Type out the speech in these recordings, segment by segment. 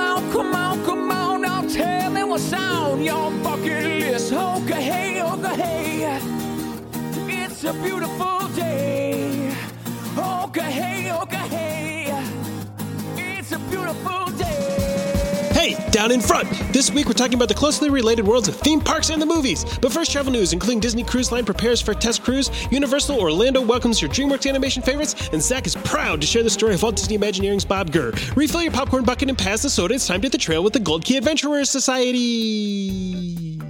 on, come on, come on, now tell me what's on your bucket list. Oh, Okay, hey, okay, hey. It's a beautiful day. Oh, Okay, hey, okay, hey. It's a beautiful day. Hey, down in front! This week we're talking about the closely related worlds of theme parks and the movies. But first, travel news, including Disney Cruise Line prepares for a test cruise, Universal Orlando welcomes your DreamWorks animation favorites, and Zach is proud to share the story of Walt Disney Imagineering's Bob Gurr. Refill your popcorn bucket and pass the soda. It's time to hit the trail with the Gold Key Adventurers Society.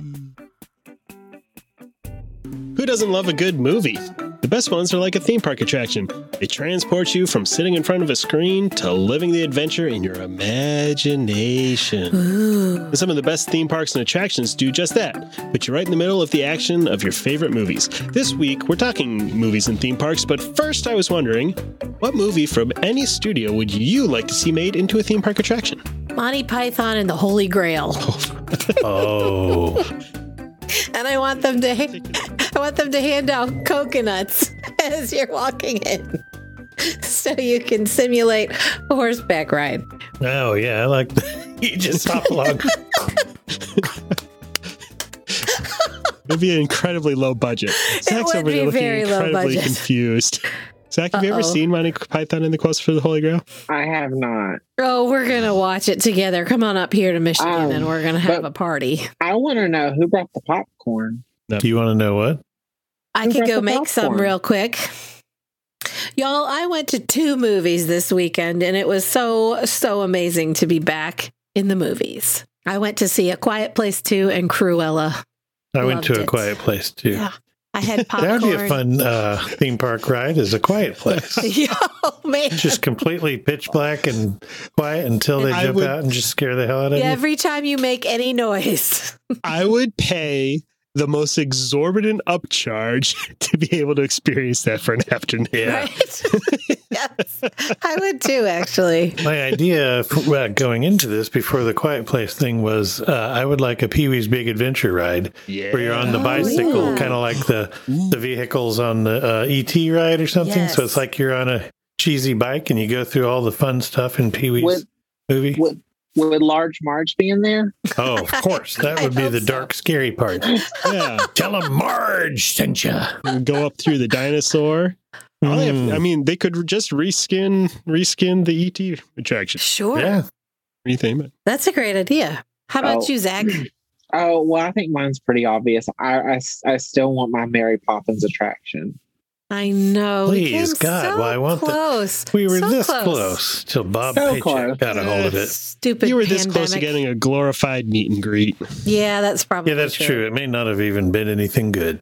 Who doesn't love a good movie? The best ones are like a theme park attraction. They transport you from sitting in front of a screen to living the adventure in your imagination. And some of the best theme parks and attractions do just that, put you right in the middle of the action of your favorite movies. This week, we're talking movies and theme parks, but first, I was wondering what movie from any studio would you like to see made into a theme park attraction? Monty Python and the Holy Grail. Oh. And I want them to I want them to hand out coconuts as you're walking in. So you can simulate a horseback ride. Oh yeah, I like you just hop along. It'd be an incredibly low budget. Zach's would over there be looking very low incredibly budget. confused. Zach, have you ever Uh-oh. seen Monty Python and the Quest for the Holy Grail? I have not. Oh, we're gonna watch it together. Come on up here to Michigan Um, and we're gonna have but- a party. I want to know who brought the popcorn. Do you want to know what? I who could brought go the make some popcorn? real quick. Y'all, I went to two movies this weekend and it was so, so amazing to be back in the movies. I went to see A Quiet Place 2 and Cruella. I went Loved to a it. quiet place too. Yeah, I had popcorn. That would be a fun uh, theme park ride. Is a quiet place. Yo, man. just completely pitch black and quiet until they And I jump would- out and just scare the hell out of you. Every time you make any noise, I would pay the most exorbitant upcharge to be able to experience that for an afternoon. right? yes, I would too, actually. My idea for, uh, going into this before the quiet place thing was uh, I would like a Pee Wee's Big Adventure ride Yeah. where you're on the Oh, bicycle, yeah. kind of like the the vehicles on the uh, ET ride or something. So Yes. it's like you're on a cheesy bike and you go through all the fun stuff in Pee Wee's Would- movie. Would would Large Marge be in there? Oh, of course, that I would be hope the so. dark, scary part. yeah. Tell them Marge sent ya. You go up through the dinosaur. All they have- Mm. I mean, they could just reskin reskin the ET attraction. Sure. Yeah, Retheme it. That's a great idea. How about Oh. you, Zach? Oh well, I think mine's pretty obvious. I I, s- I still want my Mary Poppins attraction. I know. we Please, came God, so why won't the- close. we were So this close. till Bob So Paycheck close. got a hold of it. Stupid. you were this close to pandemic. getting a glorified meet and greet. Yeah, that's probably. Yeah, that's true. It may not have even been anything good.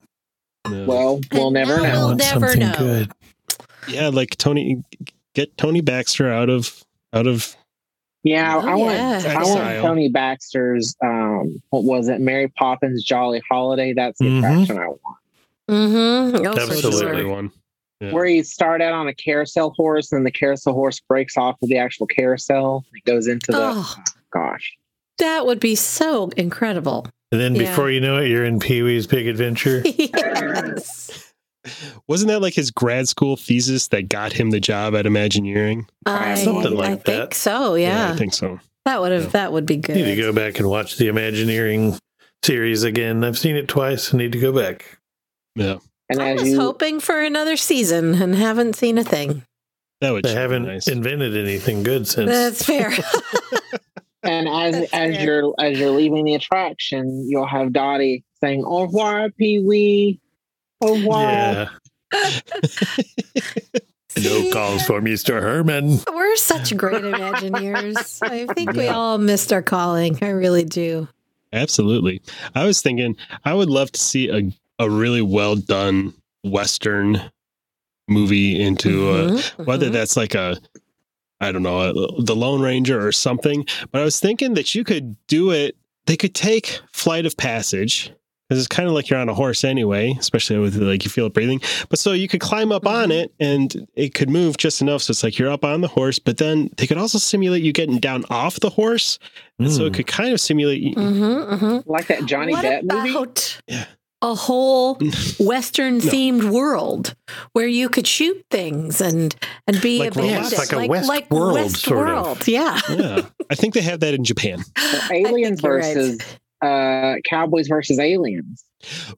No. Well, we'll And never now I We'll know. want never something know. good. yeah, like Tony, get Tony Baxter out of out of Yeah, I Oh, want yeah. I want Exile. Tony Baxter's um what was it? Mary Poppins Jolly Holiday. That's the Mhm. attraction I want. Mm-hmm. Oh, for Absolutely. sure. one. Yeah. Where you start out on a carousel horse and the carousel horse breaks off of the actual carousel. It goes into the Oh. gosh. That would be so incredible. And then Yeah. before you know it, you're in Pee Wee's Big Adventure. yes. Wasn't that like his grad school thesis that got him the job at Imagineering? I, Something I think like that. so. Yeah, I think so. that would have. That would be good. need to go back and watch the Imagineering series again. I've seen it twice. I need to go back. Yeah, And I as was you hoping for another season and haven't seen a thing. that would. They sure be haven't nice. invented anything good since. That's fair. and as That's as fair. you're as you're leaving the attraction, you'll have Dottie saying, Au revoir, Pee Wee. Au revoir. yeah. See? for Mr. Herman. We're such great Imagineers. I think we all missed our calling. I really do. Absolutely. I was thinking I would love to see a a really well done Western movie into uh, a Mhm, whether mhm. that's like a I don't know a, the Lone Ranger or something. But I was thinking that you could do it They could take Flight of Passage because it's kind of like you're on a horse anyway, especially with like you feel it breathing. But so you could climb up Mm-hmm. on it and it could move just enough. So it's like you're up on the horse, but then they could also simulate you getting down off the horse. And Hmm. Mm. so it could kind of simulate you. Mm-hmm, mm-hmm. Like that Johnny what Depp about movie. Yeah. a whole Western themed world where you could shoot things and and be Like abandoned, West- like a West world, sort of. Westworld, Yeah, Yeah. I think they have that in Japan. Well, I think aliens you're right. versus uh, Cowboys versus aliens.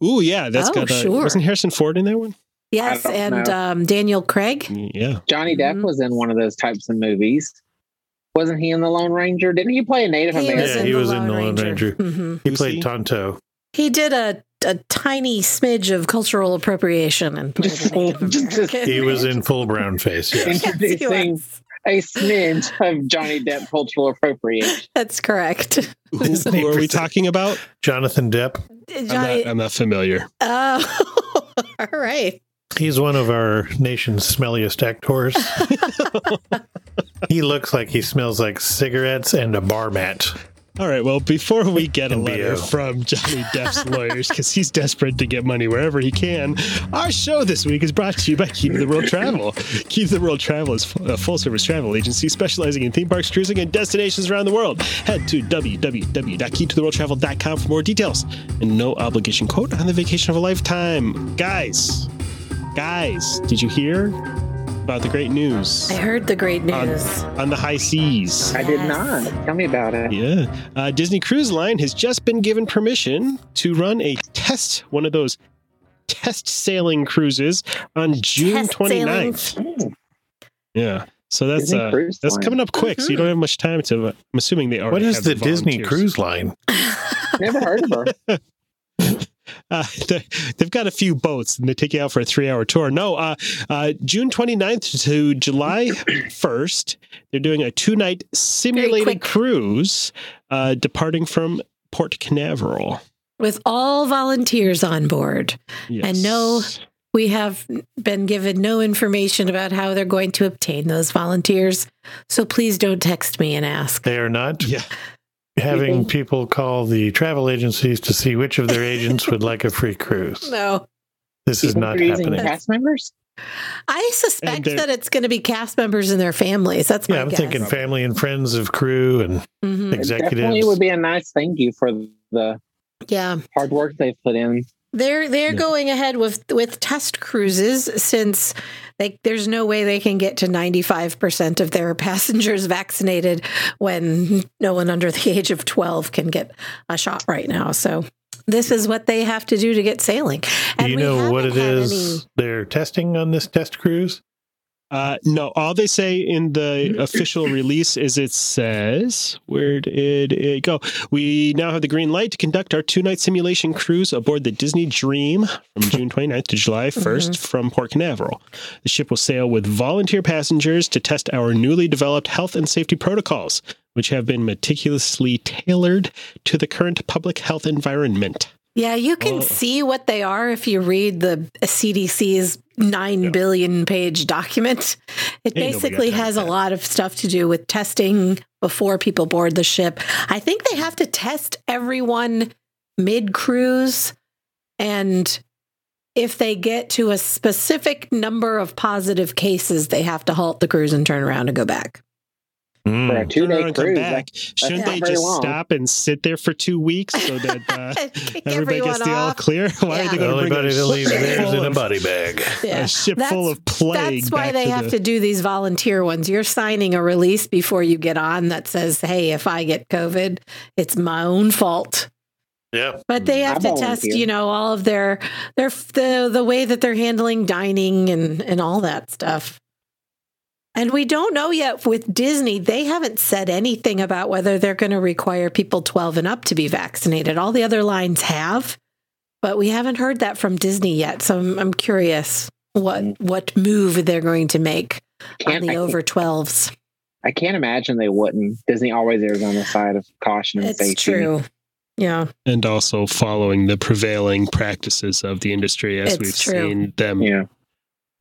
Ooh, yeah. that's Oh, got a, sure. Wasn't Harrison Ford in that one? Yes, I don't and know. um, Daniel Craig. Yeah. Johnny Depp Mhm. was in one of those types of movies. Wasn't he in The Lone Ranger? Didn't he play a Native was Yeah, American? he was in The Lone Ranger. Mhm. He Lucy? played Tonto. He did a, a tiny smidge of cultural appropriation and played Just- a Native just- just- American. He was in full brown face. Yes. Yes, he Introducing was. a smidge of Johnny Depp cultural appropriation. That's correct. Who, who are we talking about? Jonathan Depp. I'm, Johnny, not, I'm not familiar. oh, all right. He's one of our nation's smelliest actors. he looks like he smells like cigarettes and a bar mat. All right. Well, before we get a NBO. letter from Johnny Depp's lawyers, because he's desperate to get money wherever he can, our show this week is brought to you by Keep the World Travel. Keep the World Travel is a full service travel agency specializing in theme parks, cruising, and destinations around the world. Head to www.keytotheworldtravel.com for more details and no obligation quote on the vacation of a lifetime. Guys, guys, did you hear about the great news I heard the great Uh, on, news. on the high seas? I did Yes. not. Tell me about it. Yeah. Uh, Disney Cruise Line has just been given permission to run a test, one of those test sailing cruises on June Test sailing. 29th. Yeah. So that's Disney uh, Cruise that's Line. coming up quick. So you don't have much time to. I'm assuming they already. What is have the Disney volunteers. Cruise Line? Never heard of her. Uh, they- they've got a few boats and they take you out for a three hour tour. No, uh, uh, June 29th to July 1st, they're doing a two night quick. simulated cruise uh, departing from Port Canaveral. With all volunteers on board. And no- Yes. We have been given no information about how they're going to obtain those volunteers. So please don't text me and ask. They are not Yeah. having people call the travel agencies to see which of their agents would like a free cruise. No. This is People not who are using happening. Cast members? I And suspect they're- that it's going to be cast members and their families. That's my uh, Yeah, I'm guess. thinking family and friends of crew and Mhm. Mm, It definitely executives. would be a nice thank you for the Yeah. hard work they've put in. They're they're Yeah. going ahead with with test cruises since like there's no way they can get to 95% of their passengers vaccinated when no one under the age of 12 can get a shot right now. So this is what they have to do to get sailing. Do you we know what it haven't had is any- they're testing on this test cruise? Uh, no, all they say in the official release is it says, where did it go? We now have the green light to conduct our two night simulation cruise aboard the Disney Dream from June 29th to July 1st from Port Canaveral. The ship will sail with volunteer passengers to test our newly developed health and safety protocols, which have been meticulously tailored to the current public health environment. Yeah, you can Oh. see what they are if you read the CDC's nine billion page document. It Ain't nobody got basically time for has a that. lot of stuff to do with testing before people board the ship. I think they have to test everyone mid cruise. And if they get to a specific number of positive cases, they have to halt the cruise and turn around and go back. Hmm. For a two Turn around day and come cruise. back. Shouldn't not they very just long. stop and sit there for two weeks so that uh, Kick everybody everyone gets the all off. clear? Why Yeah. are they The going only to bring body a that ship leaves theirs full in a of- body bag. Yeah. A ship full That's- of plague. That's why back they to have the- to do these volunteer ones. You're signing a release before you get on that says, "Hey, if I get COVID, it's my own fault." Yeah. But they Mm, have I to volunteer. test, you know, all of their their the the way that they're handling dining and and all that stuff. And we don't know yet with Disney. They haven't said anything about whether they're going to require people 12 and up to be vaccinated. All the other lines have, but we haven't heard that from Disney yet. So I'm, I'm curious what what move they're going to make Can't, on I, the over 12s. I can't imagine they wouldn't. Disney always is on the side of caution and It's safety. true. Yeah. and also following the prevailing practices of the industry as It's we've true. seen them. Yeah.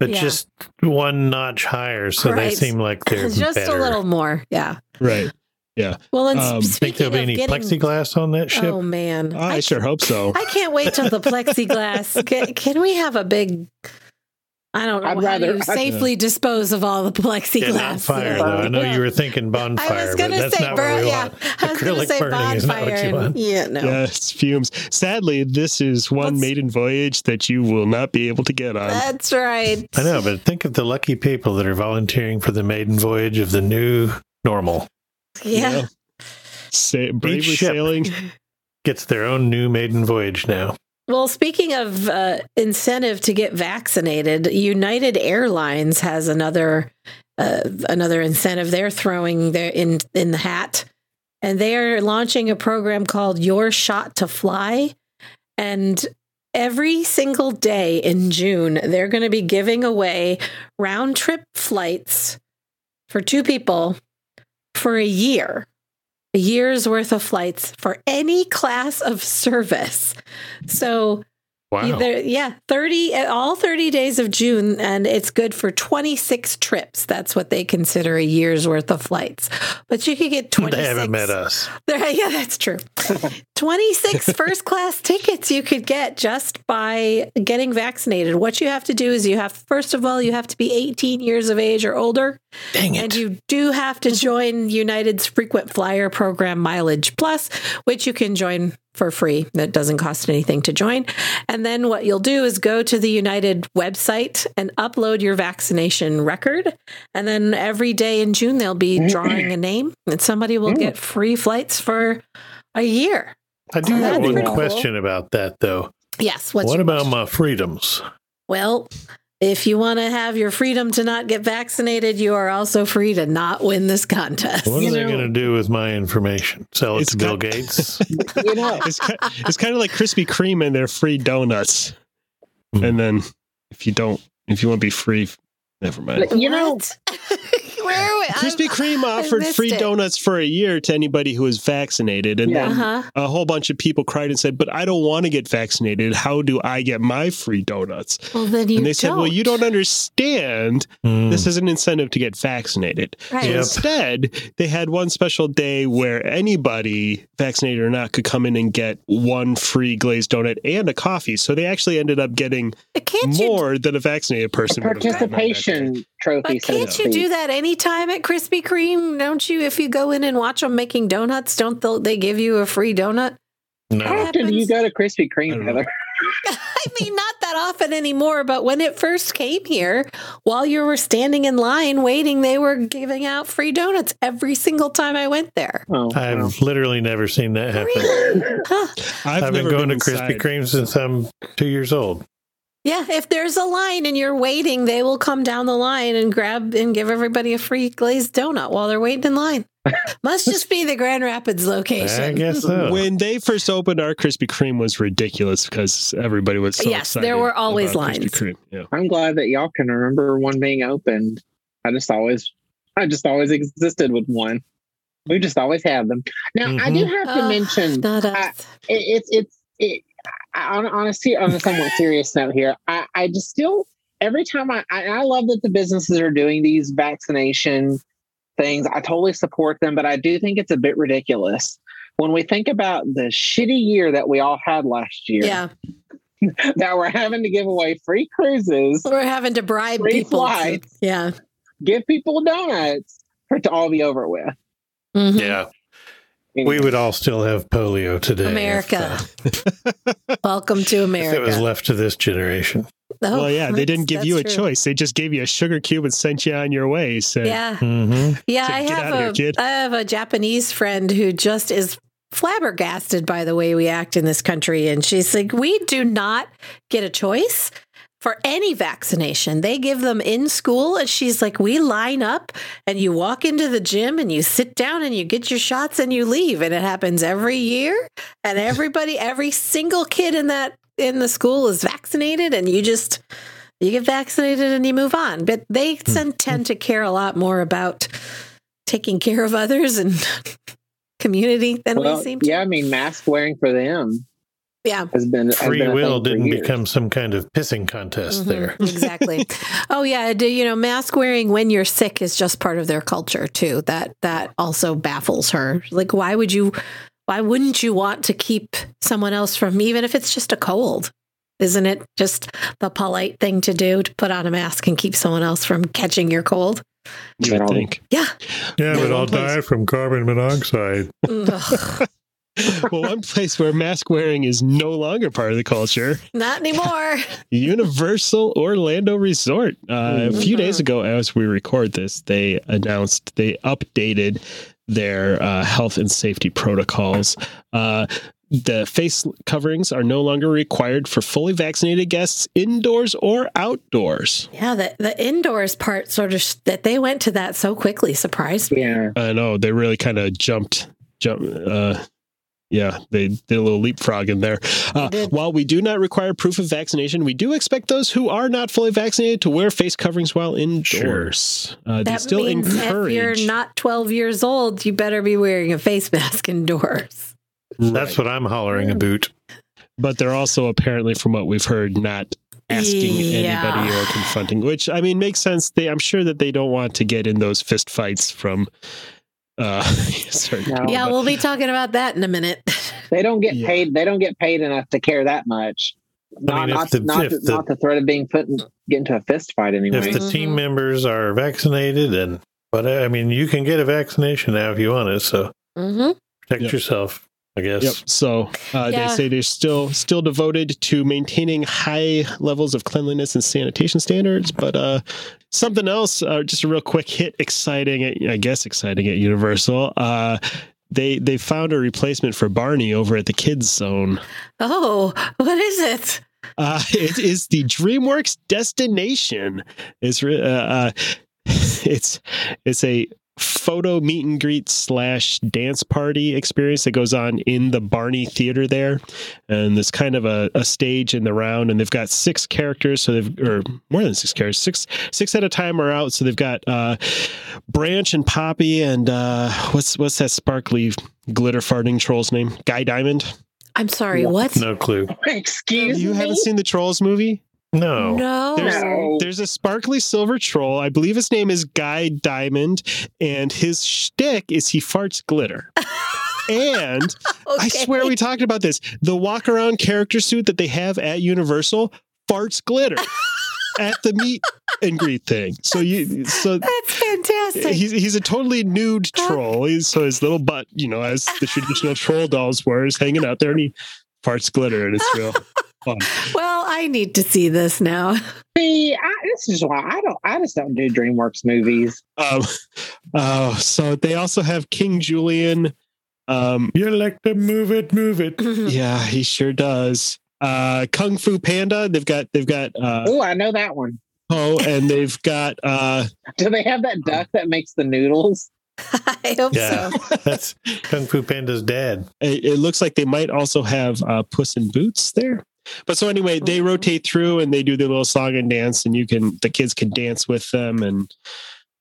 But Yeah. just one notch higher, so Right. they seem like they're Just better. a little more. Yeah. Right. Well, and Um, Think speaking of there'll be any getting, plexiglass on that ship? oh man, I, sure hope so. I can't wait till the plexiglass. can, can we have a big? I don't know. I'd how rather- you I'd- safely dispose of all the Yeah, plexiglass. not fire though. Yeah. I know Yeah. you were thinking bonfire, I was but gonna that's say, not bur- what we yeah, want. I was gonna Acrylic say burning is not bonfire. what you and- want. yeah, no. Yes, fumes. Sadly, this is one Let's- maiden voyage that you will not be able to get on. That's right. I know, but think of the lucky people that are volunteering for the maiden voyage of the new normal. Yeah. Yeah. Sa- bravely ship. sailing. Gets their own new maiden voyage now. Well, speaking of uh, incentive to get vaccinated, United Airlines has another uh, another incentive they're throwing their in in the hat, and they are launching a program called Your Shot to Fly, and every single day in June they're going to be giving away round trip flights for two people for a year. A year's worth of flights for any class of service. So either yeah, 30 all 30 days of June and it's good for 26 trips. That's what they consider a year's worth of flights. But you could get 26 They haven't met us. There- yeah, that's true. 26 first class tickets you could get just by getting vaccinated. What you have to do is you have first of all you have to be 18 years of age or older. Dang And it. you do have to join United's frequent flyer program, Mileage Plus, which you can join for free. That doesn't cost anything to join. And then what you'll do is go to the United website and upload your vaccination record. And then every day in June, they'll be drawing a name, and somebody will get free flights for a year. I do Oh, have that'd be one pretty cool. question about that though. Yes. What's what your- about my freedoms? Well, if you want to have your freedom to not get vaccinated, you are also free to not win this contest. What You are they know- going to do with my information? Sell it It's to Bill got- Gates? You know, It's kind, it's kind of like Krispy Kreme and their free donuts. And then if you don't, if you want to be free, never mind. you know, What? where we? Krispy Kreme I offered missed free it. donuts for a year to anybody who was vaccinated. And Yeah. Uh then huh. a whole bunch of people cried and said, But I don't want to get vaccinated. How do I get my free donuts? Well, then you and they said, Well, you don't understand. Hmm. This is an incentive to get vaccinated. Right. So Yep. instead, they had one special day where anybody, vaccinated or not, could come in and get one free glazed donut and a coffee. So they actually ended up getting But can't you? more than a vaccinated person. would have gotten on that day. participation trophy. But so to can't you speak. do that anytime at Krispy Kreme? Don't you? If you go in and watch them making donuts, don't they, they give you a free donut? How no. often do you happens? go to Krispy I don't Kreme, know. Heather? I mean, not that often anymore. But when it first came here, while you were standing in line waiting, they were giving out free donuts every single time I went there. Oh, wow. I've literally never seen that happen. Huh. I've, I've, been never going to inside. Krispy Kreme since I'm two years old. Yeah, if there's a line and you're waiting, they will come down the line and grab and give everybody a free glazed donut while they're waiting in line. Must just be the Grand Rapids I location. guess so. When they first opened, our Krispy Kreme was ridiculous because everybody was so Yes, there excited were always about lines. Krispy Kreme. Yeah. I'm glad that y'all can remember one being opened. I just always, I just always existed with one. We just always had them. Now I do have to Oh, mention Not us. I- it, it's it's it. I, on on a se- on a somewhat serious note here, I I just still every time I I, I love that the businesses are doing these vaccination things. I totally support them, but I do think it's a bit ridiculous when we think about the shitty year that we all had last year. yeah, that we're having to give away free cruises, we're having to bribe Free people. to- flights. yeah. give people donuts for it to all be over with. Mhm. Yeah. We would all still have polio today. if, America. uh, Welcome to If, America. it was left to this generation. Oh, well, yeah, they that's- didn't give you a that's true. choice. They just gave you a sugar cube and sent you on your way. So Yeah. hmm Yeah, So I get have outta here, a kid. I have a Japanese friend who just is flabbergasted by the way we act in this country and she's like we do not get a choice for any vaccination. They give them in school and she's like we line up and you walk into the gym and you sit down and you get your shots and you leave and it happens every year and everybody every single kid in that in the school is vaccinated and you just you get vaccinated and you move on. But they tend, tend to care a lot more about taking care of others and community than Well, we seem to. yeah, I mean, mask wearing for them. Yeah. has been has Free been a will thing for didn't years. become some kind of pissing contest Mhm, there. exactly. oh yeah, do you know mask wearing when you're sick is just part of their culture too. That that also baffles her. Like why would you why wouldn't you want to keep someone else from even if it's just a cold? Isn't it just the polite thing to do to put on a mask and keep someone else from catching your cold? You would think. Yeah. Yeah, but I'll die from carbon monoxide. Mm. Ugh, well, one place where mask wearing is no longer part of the culture not anymore. Universal Orlando Resort. Uh, a few days ago, as we record this, they announced they updated their uh, health and safety protocols. Uh, the face coverings are no longer required for fully vaccinated guests indoors or outdoors. Yeah, the, the indoors part sort of sh- that they went to that so quickly surprised me. yeah I know they really kind of jumped, jump. Uh, yeah, they did a little leapfrog in there. Uh, They did. while we do not require proof of vaccination, we do expect those who are not fully vaccinated to wear face coverings while indoors. Uh, they That still means encourage. if you're not 12 years old, you better be wearing a face mask indoors. That's Right. what I'm hollering about. but they're also apparently, from what we've heard, not asking Yeah. anybody or confronting. Which I mean makes sense. They, I'm sure that they don't want to get in those fist fights from. Uh, certain No. people, yeah, but- we'll be talking about that in a minute. they don't get Yeah. paid they don't get paid enough to care that much not, if not, the- not, if the, the- not the threat of being put in, get into a fist fight anyway If the team members are vaccinated, and but uh, I mean, you can get a vaccination now if you want it. So hmm protect Yep. yourself, I guess. Yep. So uh, Yeah. they say they're still still devoted to maintaining high levels of cleanliness and sanitation standards. But uh, something else, uh, just a real quick hit, exciting. At, I guess exciting at Universal. Uh, they they found a replacement for Barney over at the Kids Zone. Oh, what is it? Uh, it is the DreamWorks Destination. It's re- uh, uh, it's it's a photo meet and greet slash dance party experience that goes on in the Barney Theater there, and there's kind of a, a stage in the round, and they've got six characters, so they've or more than six characters, six six at a time are out, so they've got uh, Branch and Poppy and uh, what's what's that sparkly glitter farting troll's name? Guy Diamond. I'm sorry, Yeah. what? No clue. excuse You me haven't seen the Trolls movie? No. No. There's- no There's a sparkly silver troll. I believe his name is Guy Diamond, and his shtick is he farts glitter. and I Okay. swear we talked about this. The walk around character suit that they have at Universal farts glitter at the meet and greet thing. So you so That's fantastic. he's he's a totally nude troll. He's, so his little butt, you know, as the traditional troll dolls were, is hanging out there, and he farts glitter, and it's real. well, I need to see this now. see I, this is why i don't i just don't do dreamworks movies Um, oh, so they also have King Julian. Um, You like to move it, move it. yeah, he sure does. Uh, Kung Fu Panda. They've got they've got uh, oh i know that one Ho, and they've got uh, do they have that duck that makes the noodles I hope Yeah. so. That's Kung Fu Panda's dad. it, it looks like they might also have uh, Puss in Boots there. But so anyway, they Mhm. rotate through and they do their little song and dance, and you can the kids can dance with them and,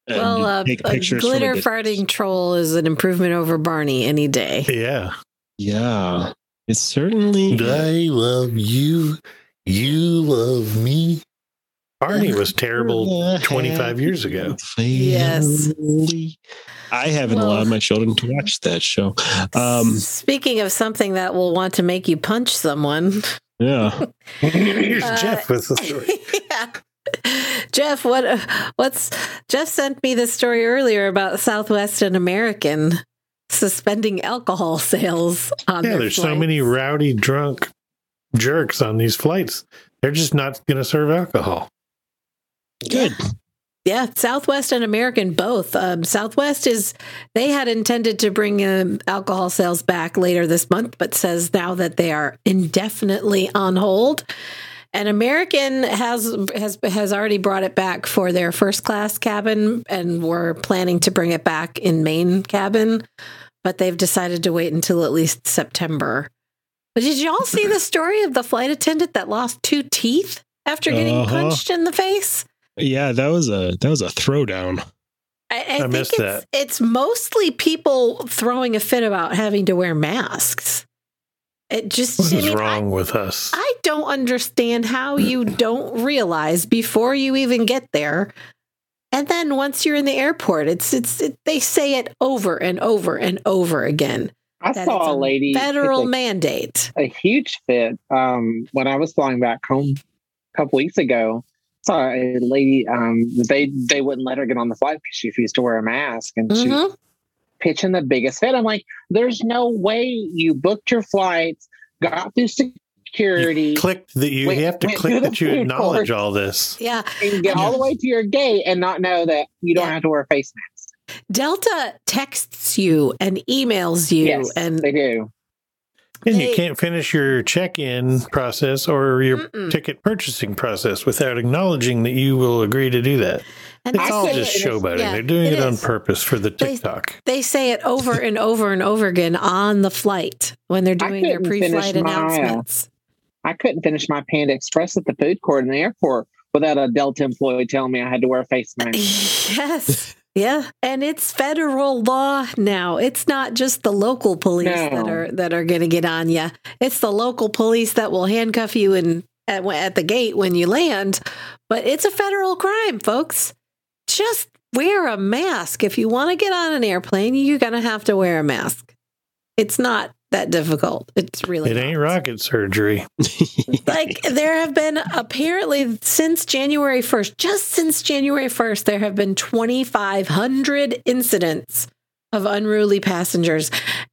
and Well, uh, take a pictures. from a glitter distance. farting troll is an improvement over Barney any day. Yeah. Yeah, it's certainly love you. You love me. Barney was terrible. 25 years ago. Yes. I haven't Well- allowed my children to watch that show. Um, Speaking of something that will want to make you punch someone. yeah. Here's Uh, Jeff with the story. yeah. Jeff, what uh, what's Jeff sent me this story earlier about Southwestern American suspending alcohol sales on Yeah, their there's so flights. many rowdy, drunk jerks on these flights. They're just not going to serve alcohol. Good. Yeah, Southwest and American both. Um, Southwest is they had intended to bring um, alcohol sales back later this month, but says now that they are indefinitely on hold. And American has has has already brought it back for their first class cabin, and were planning to bring it back in main cabin, but they've decided to wait until at least September. But did y'all see the story of the flight attendant that lost two teeth after getting Uh-huh. punched in the face? Yeah, that was a that was a throwdown. I, I, think missed it's, it's mostly people throwing a fit about having to wear masks. It just What I is mean, I- wrong with us? I don't understand how you don't realize before you even get there. And then once you're in the airport, it's it's it, they say it over and over and over again. I That it's saw a lady take Federal a mandate. a huge fit um, when I was flying back home a couple weeks ago. Saw a lady. Um, they they wouldn't let her get on the flight because she refused to wear a mask, and she was Mhm. pitching the biggest fit. I'm like, "There's no way you booked your flights, got through security, click that you, Wait, you have to wait, click do that the you food acknowledge court. all this. Yeah, and get all the way to your gate, and not know that you don't Yeah. have to wear a face mask." Delta texts you and emails you, yes, and they do. And you They- can't finish your check-in process or your Mm-mm. ticket purchasing process without acknowledging that you will agree to do that. and I It's all said just it is- showboating. yeah, They're doing it it, on is. purpose for the They- TikTok. they say it over and over and over again on the flight when they're I doing their couldn't finish pre-flight my- announcements. I couldn't finish my Panda Express at the food court in the airport without a Delta employee telling me I had to wear a face mask. Yes. Yeah. And it's federal law now. It's not just the local police that No. are that are going to get on you. It's the local police that will handcuff you and at, at the gate when you land. But it's a federal crime, folks. Just wear a mask if you want to get on an airplane. You're going to have to wear a mask. It's not that difficult. It's really It ain't not rocket surgery. like there have been apparently since January 1st, just since January 1st, there have been 2,500 incidents of unruly passengers,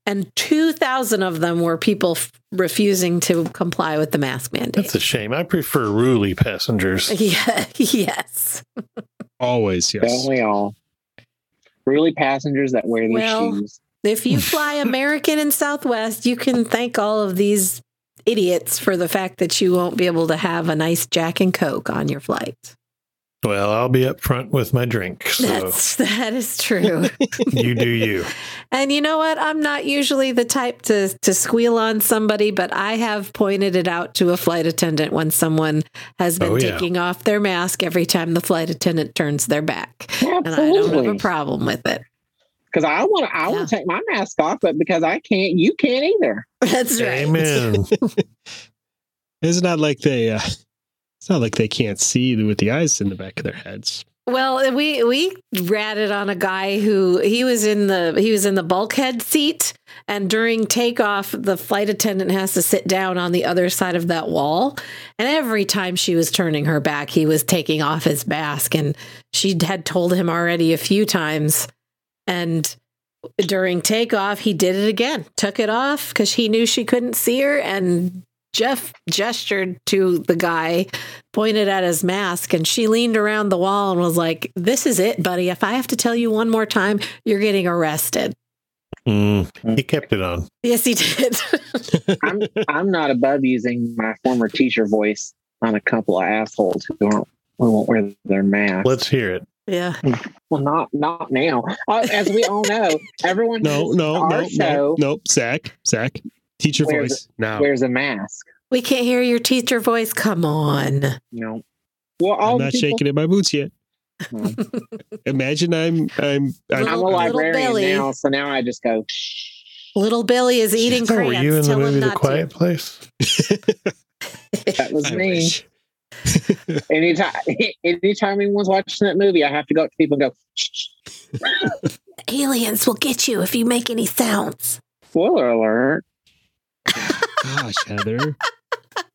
and 2,000 of them were people f- refusing to comply with the mask mandate. That's a shame. I prefer ruly passengers. yeah, yes. Always, yes. Don't we all? Really, passengers that wear these Well, shoes. If you fly American and Southwest, you can thank all of these idiots for the fact that you won't be able to have a nice Jack and Coke on your flight. Well, I'll be up front with my drink. So That's that is true. you do you. And you know what? I'm not usually the type to to squeal on somebody, but I have pointed it out to a flight attendant when someone has been Oh, yeah. taking off their mask every time the flight attendant turns their back. And I don't have a Absolutely. problem with it. Because I want to, I want to take my mask off, but because I can't, you can't either. That's right. Amen. It's not like they. Uh, it's not like they can't see with the eyes in the back of their heads. Well, we we ratted on a guy who he was in the he was in the bulkhead seat, and during takeoff, the flight attendant has to sit down on the other side of that wall. And every time she was turning her back, he was taking off his mask, and she had told him already a few times. And during takeoff, he did it again, took it off because he knew she couldn't see her, and Jeff gestured to the guy pointed at his mask and she leaned around the wall and was like, This is it, buddy. If I have to tell you one more time, you're getting arrested. Mm, he kept it on. Yes, he did. I'm, I'm not above using my former teacher voice on a couple of assholes who don't, who won't wear their mask. Let's hear it. yeah. well, not, not now. Uh, as we all know, everyone No, who's no, Our no, no, show- nope. Zach, Zach, teacher Where's voice now. wears a mask. We can't hear your teacher voice. Come on. You know, well, all I'm the not people- shaking in my boots yet. No. Imagine I'm I'm I'm I'm a Little librarian Billy. now, so now I just go. Shh. Little Billy is eating Oh, were crayons. you in the Tell movie him The not Quiet Place? That was I me. wish. Anytime, anytime anyone's watching that movie, I have to go up to people and go. Shh, shh. to. Aliens will get you if you make any sounds. Spoiler alert. Gosh, Heather.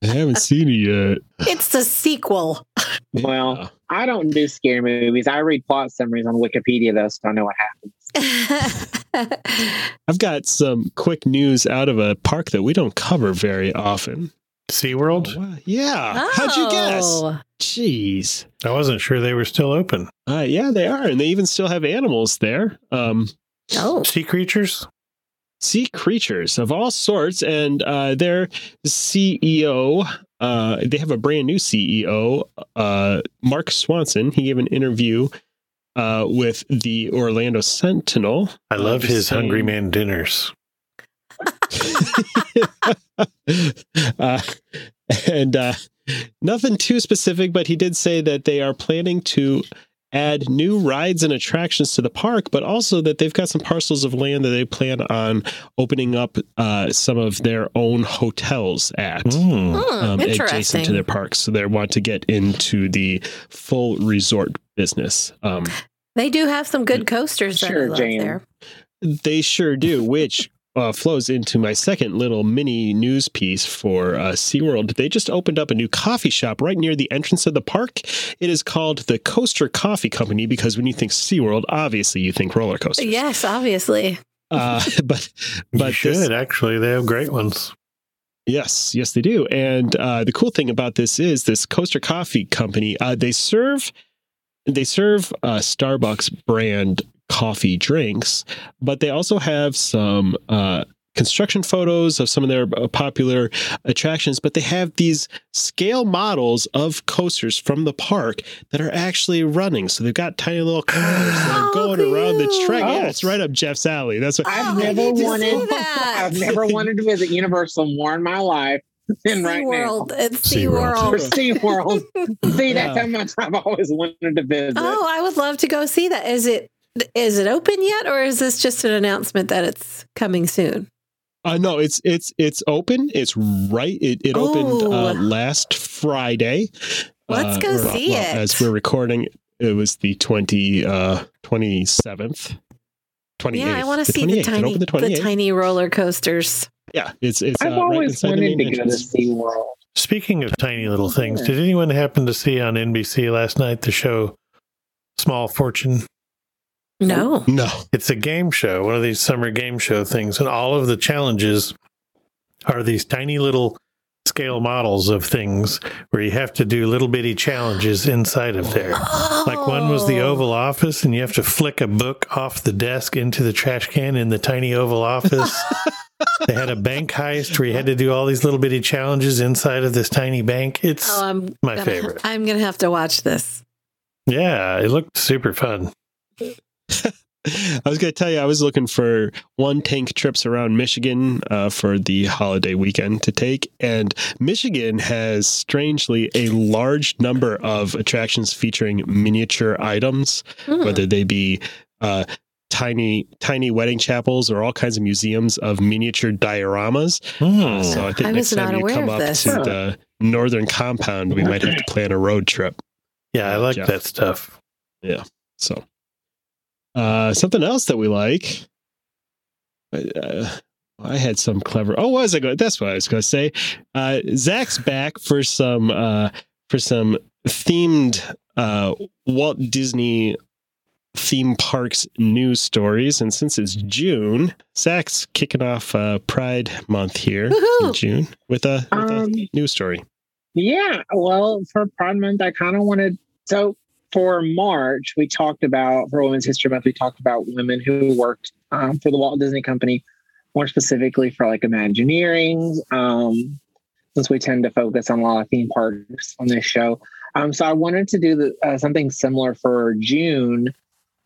I haven't seen it It's the sequel. yet. Well, Yeah. I don't do scary movies. I read plot summaries on Wikipedia though, so I know what happens. I've got some quick news out of a park that we don't cover very often. SeaWorld? Wow. Yeah. How'd you guess? Oh. Jeez. I wasn't sure they were still open. Uh, yeah, they are, and they even still have animals there. Um, Oh. Sea creatures? sea creatures of all sorts, and uh, their CEO, uh, they have a brand new CEO, uh, Mark Swanson. He gave an interview uh, with the Orlando Sentinel. I love I'm just his Hungry saying. Man dinners. uh, and uh, nothing too specific, but he did say that they are planning to add new rides and attractions to the park, but also that they've got some parcels of land that they plan on opening up uh, some of their own hotels at. Mm. Hmm, um, adjacent to interesting. their parks. So they want to get into the full resort business. Um, They do have some good coasters that Sure, are Jane. there. they sure do, which uh, flows into my second little mini news piece for uh, SeaWorld. They just opened up a new coffee shop right near the entrance of the park. It is called the Coaster Coffee Company because when you think SeaWorld, obviously you think roller coasters. Yes, obviously. Uh, but You but should this- actually. They have great ones. Yes, yes, they do. And uh, the cool thing about this is this Coaster Coffee Company. Uh, they serve they serve uh, Starbucks brand coffee drinks, but they also have some uh, construction photos of some of their uh, popular attractions. But they have these scale models of coasters from the park that are actually running. So they've got tiny little cars that are Oh, going around the cute. track. Oh. Yeah, it's right up Jeff's alley. That's what. I've Oh, I never need to see wanted. that. I've never wanted to visit Universal more in my life than right SeaWorld. It's SeaWorld. now. For SeaWorld. SeaWorld. See, that's Yeah. how much I've always wanted to visit. Oh, I would love to go see that. Is it is it open yet or is this just an announcement that it's coming soon? Uh, no, it's it's it's open. It's right. It, it opened uh, Oh. last Friday. Let's Uh, go or- see it. As we're recording, it was the twenty uh twenty seventh. Twenty eighth. Yeah, I want to see the tiny the the, twenty eighth. tiny roller coasters. Yeah, it's it's. I've uh, right always inside the main wanted to go to entrance. SeaWorld. Speaking of tiny little things, did anyone happen to see on NBC last night the show Small Fortune? No. No, It's a game show, one of these summer game show things, and all of the challenges are these tiny little scale models of things where you have to do little bitty challenges inside of there. Like one was the Oh. Oval Office, and you have to flick a book off the desk into the trash can in the tiny Oval Office. they had a bank heist where you had to do all these little bitty challenges inside of this tiny bank. It's Oh, I'm my gonna- favorite. I'm going to have to watch this. yeah, it looked super fun. I was going to tell you I was looking for one tank trips around Michigan uh, for the holiday weekend to take, and Michigan has strangely a large number of attractions featuring miniature items. Hmm. whether they be uh, tiny tiny wedding chapels or all kinds of museums of miniature dioramas. Hmm. So I think I next was not time you aware come of up this. to Huh. the northern compound, we might have to plan a road trip. yeah, I like Yeah. that stuff. So uh, something else that we like. Uh, I had some clever. Oh, what was I going? That's what I was going to say. Uh, Zach's back for some uh, for some themed uh, Walt Disney theme parks news stories, and since it's June, Zach's kicking off uh, Pride Month here in Woohoo. June with a, with a Um, news story. Yeah, well, for Pride Month, I kind of wanted. So for March, we talked about for Women's History Month. We talked about women who worked um, for the Walt Disney Company, more specifically for like Imagineering. Um, since we tend to focus on a lot of theme parks on this show, um, so I wanted to do the, uh, something similar for June.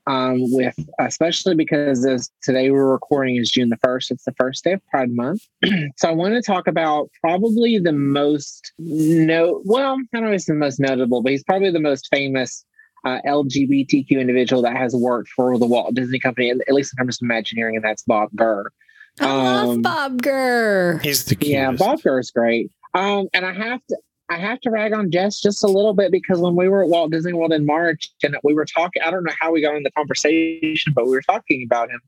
Um, with especially because this, today we're recording is June the first. It's the first day of Pride Month. So I want to talk about probably the most no well, I don't know if he's the most notable, but he's probably the most famous uh, LGBTQ individual that has worked for the Walt Disney Company, at least in terms of Imagineering, and that's Bob Gurr. I love um, Bob Gurr. He's the cutest. Yeah, Bob Gurr is great. Um, and I have to I have to rag on Jess just a little bit because when we were at Walt Disney World in March and we were talking, I don't know how we got in the conversation, but we were talking about him.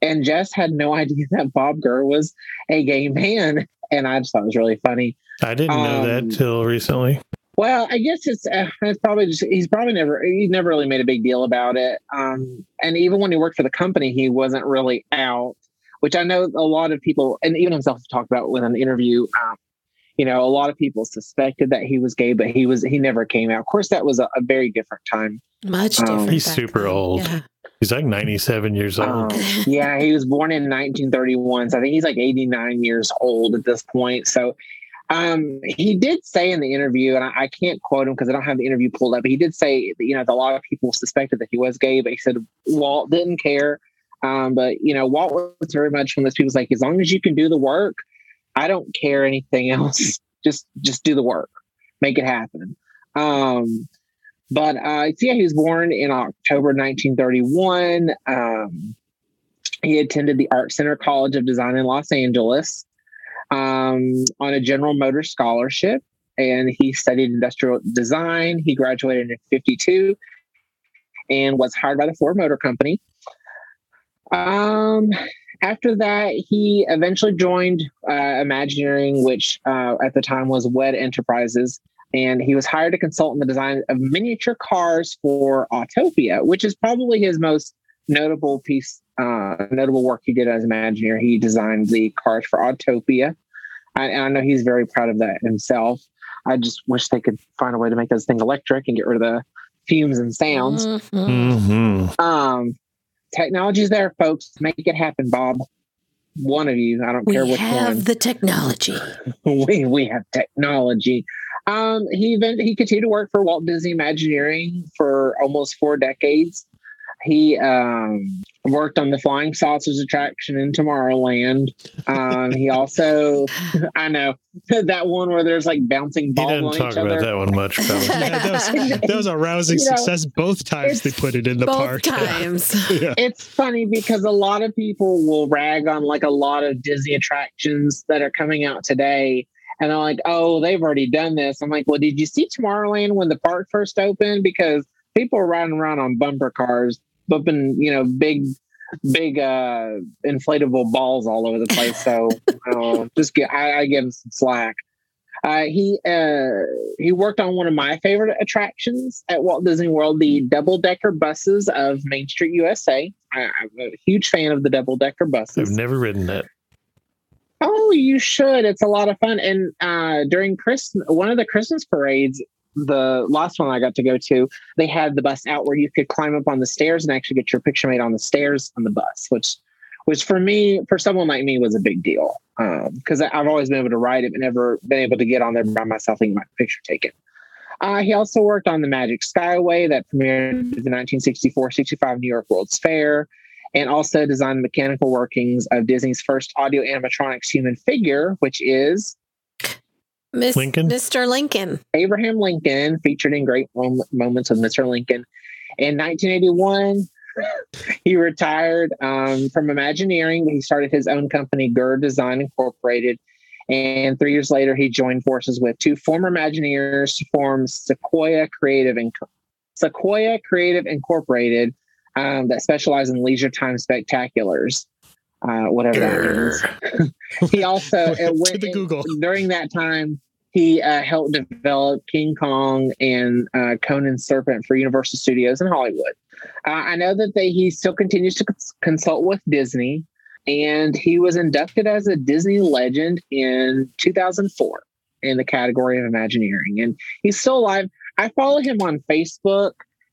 And Jess had no idea that Bob Gurr was a gay man. And I just thought it was really funny. I didn't know um, that till recently. Well, I guess it's, uh, it's probably just, he's probably never he never really made a big deal about it. Um, and even when he worked for the company, he wasn't really out, which I know a lot of people and even himself talked about with an interview. Um, you know, a lot of people suspected that he was gay, but he was he never came out. Of course, that was a, a very different time. Much um, different. He's back super then. old. Yeah. He's Mm-hmm. like 97 years old. Um, yeah, he was born in 1931, so I think he's like 89 years old at this point. So um, he did say in the interview, and I, I can't quote him because I don't have the interview pulled up, but he did say, that, you know, that a lot of people suspected that he was gay, but he said Walt didn't care. Um, but, you know, Walt was very much one of those people who's like, as long as you can do the work, I don't care anything else. just, just do the work, make it happen. Um, But uh, yeah, he was born in October 1931. Um, he attended the Art Center College of Design in Los Angeles um, on a General Motors scholarship, and he studied industrial design. He graduated in 52 and was hired by the Ford Motor Company. Um, after that, he eventually joined uh, Imagineering, which uh, at the time was WED Enterprises, and he was hired to consult in the design of miniature cars for Autopia, which is probably his most notable piece, uh, notable work he did as Imagineer. He designed the cars for Autopia, I, and I know he's very proud of that himself. I just wish they could find a way to make this thing electric and get rid of the fumes and sounds. Mhm. Mm-hmm. Um, technology's there, folks. Make it happen, Bob. One of you, I don't care We which one. have the technology. we we have technology. Um, he even he continued to work for Walt Disney Imagineering for almost four decades. He um, worked on the flying saucers attraction in Tomorrowland. Um, he also, I know that one where there's like bouncing He balls didn't on talk each about other. that one much. Probably. Yeah, that, was, that was a rousing You know, success both times they it's- put it in the Both park. times. Yeah. It's funny because a lot of people will rag on like a lot of Disney attractions that are coming out today. And they're like, oh, they've already done this. I'm like, well, did you see Tomorrowland when the park first opened? Because people were riding around on bumper cars, bumping, you know, big, big uh inflatable balls all over the place. So uh, just get, I, I give him some slack. Uh, he uh, he worked on one of my favorite attractions at Walt Disney World, the double decker buses of Main Street USA. I, I'm a huge fan of the double decker I've buses. never ridden that. Oh, you should! It's a lot of fun. And uh, during Christmas, one of the Christmas parades, the last one I got to go to, they had the bus out where you could climb up on the stairs and actually get your picture made on the stairs on the bus, which which for me, for someone like me, was a big deal because I I've always been able to ride it, but never been able to get on there by myself and get my picture taken. Uh, he also worked on the Magic Skyway that premiered at the 1964-65 New York World's Fair, and also designed mechanical workings of Disney's first audio animatronics human figure, which is Miss, Lincoln? Mr. Lincoln. Abraham Lincoln, featured in Great Mom- Moments with Mr. Lincoln. In 1981, he retired um, from Imagineering. but He started his own company, Gurr Design Incorporated. And three years later, he joined forces with two former Imagineers to form Sequoia Creative and Sequoia Creative Incorporated um, that specialize in leisure time spectaculars, uh, whatever that means. he also it went To the in- Google. during that time. He uh, helped develop King Kong and uh, Conan Serpent for Universal Studios in Hollywood. Uh, I know that they, he still continues to cons- consult with Disney, and he was inducted as a Disney legend in 2004 in the category of Imagineering. And he's still alive. I follow him on Facebook.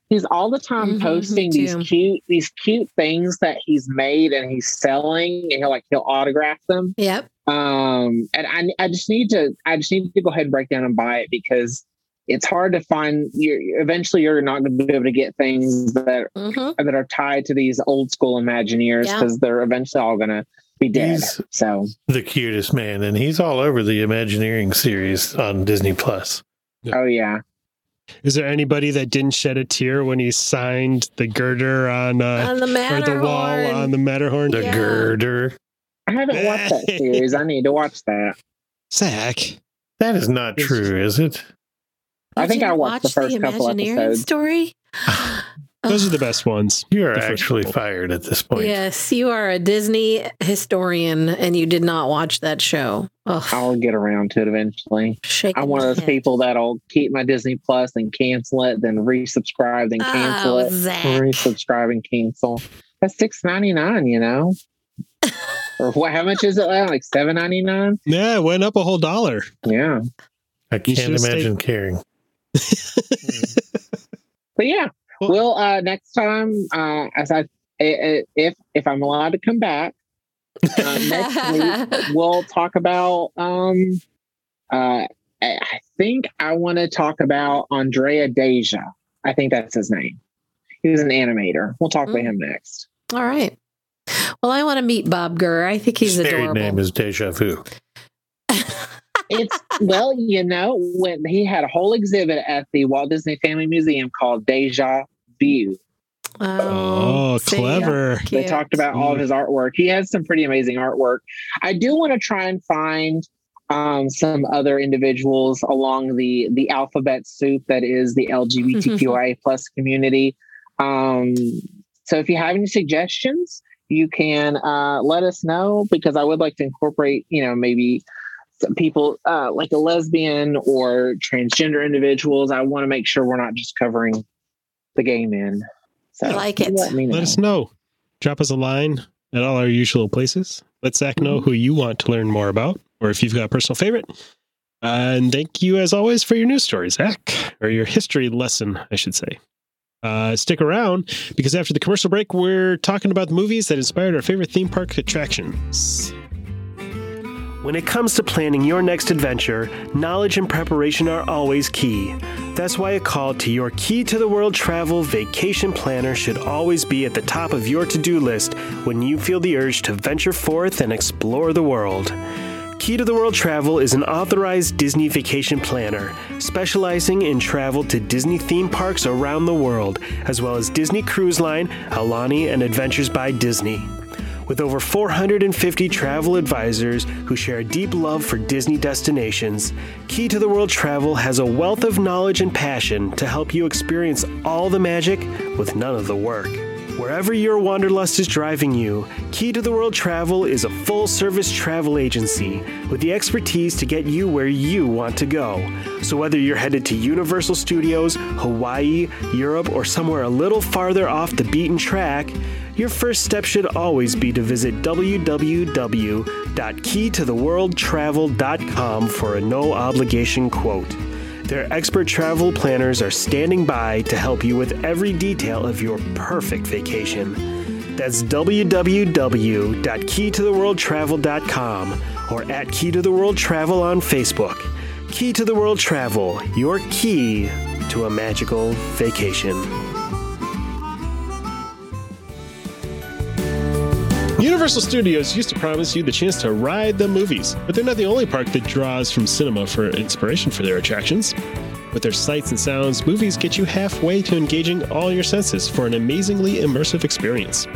He's all the time Mhm, posting me these too. cute these cute things that he's made and he's selling, and he'll like he'll autograph them Yep. um and I, I just need to i just need to go ahead and break down and buy it because it's hard to find you eventually you're not going to be able to get things that hmm Uh, that are tied to these old school imagineers Yeah. because they're eventually all going to be dead He's- so The cutest man, and he's all over the Imagineering series on Disney Plus. oh yeah Is there anybody that didn't shed a tear when he signed the girder on uh, On the or the Matterhorn. wall on the Matterhorn? The Yeah. girder. i haven't watched that series i need to watch that Zach, That is not Yes. true, is it? I You think I didn't watched the watch first couple Imagineering episodes. Story. those are the best ones. You are The first actually couple. fired at this point. Yes, you are a Disney historian, and you did not watch that show. Ugh, i'll get around to it eventually shaking i'm one of my those head. people that'll keep my disney plus and cancel it then resubscribe then cancel Oh, it Zach. resubscribe and cancel. That's six ninety nine, you know. or what? How much is it? now? Like seven ninety nine? Yeah, it went up a whole dollar. Yeah. I You can't should've stayed- imagine caring. But yeah, Well- we'll uh, next time. Uh, as I, i- i- if if I'm allowed to come back uh, next week, we'll talk about. Um, uh, I I think I want to talk about Andrea Deja. I think that's his name. He was an animator. We'll talk to Mm. him next. All right. Well, I want to meet Bob Gurr. I think he's His married adorable. name is Deja Vu. it's well, you know, when he had a whole exhibit at the Walt Disney Family Museum called Deja View. Oh, see, clever. They cute. talked about all of his artwork. He has some pretty amazing artwork. I do want to try and find um, some other individuals along the the alphabet soup that is the LGBTQIA plus community. Um, so if you have any suggestions, you can uh, let us know because I would like to incorporate, you know, maybe some people uh, like a lesbian or transgender individuals. I want to make sure we're not just covering the gay men. So I like it. Let, me know. Let us know. Drop us a line at all our usual places. Let Zach know who you want to learn more about, or if you've got a personal favorite. and thank you, as always, for your news story, Zach, or your history lesson, I should say. Uh, stick around because after the commercial break, we're talking about the movies that inspired our favorite theme park attractions. When it comes to planning your next adventure, knowledge and preparation are always key. That's why a call to your Key to the World Travel Vacation Planner should always be at the top of your to do list when you feel the urge to venture forth and explore the world. Key to the World Travel is an authorized Disney vacation planner specializing in travel to Disney theme parks around the world, as well as Disney Cruise Line, Alani, and Adventures by Disney. With over 450 travel advisors who share a deep love for Disney destinations, Key to the World Travel has a wealth of knowledge and passion to help you experience all the magic with none of the work. Wherever your wanderlust is driving you, Key to the World Travel is a full service travel agency with the expertise to get you where you want to go. So, whether you're headed to Universal Studios, Hawaii, Europe, or somewhere a little farther off the beaten track, your first step should always be to visit www.keytotheworldtravel.com for a no obligation quote. Their expert travel planners are standing by to help you with every detail of your perfect vacation. That's www.keytotheworldtravel.com or at Key to the World Travel on Facebook. Key to the World Travel, your key to a magical vacation. Universal Studios used to promise you the chance to ride the movies, but they're not the only park that draws from cinema for inspiration for their attractions. With their sights and sounds, movies get you halfway to engaging all your senses for an amazingly immersive experience.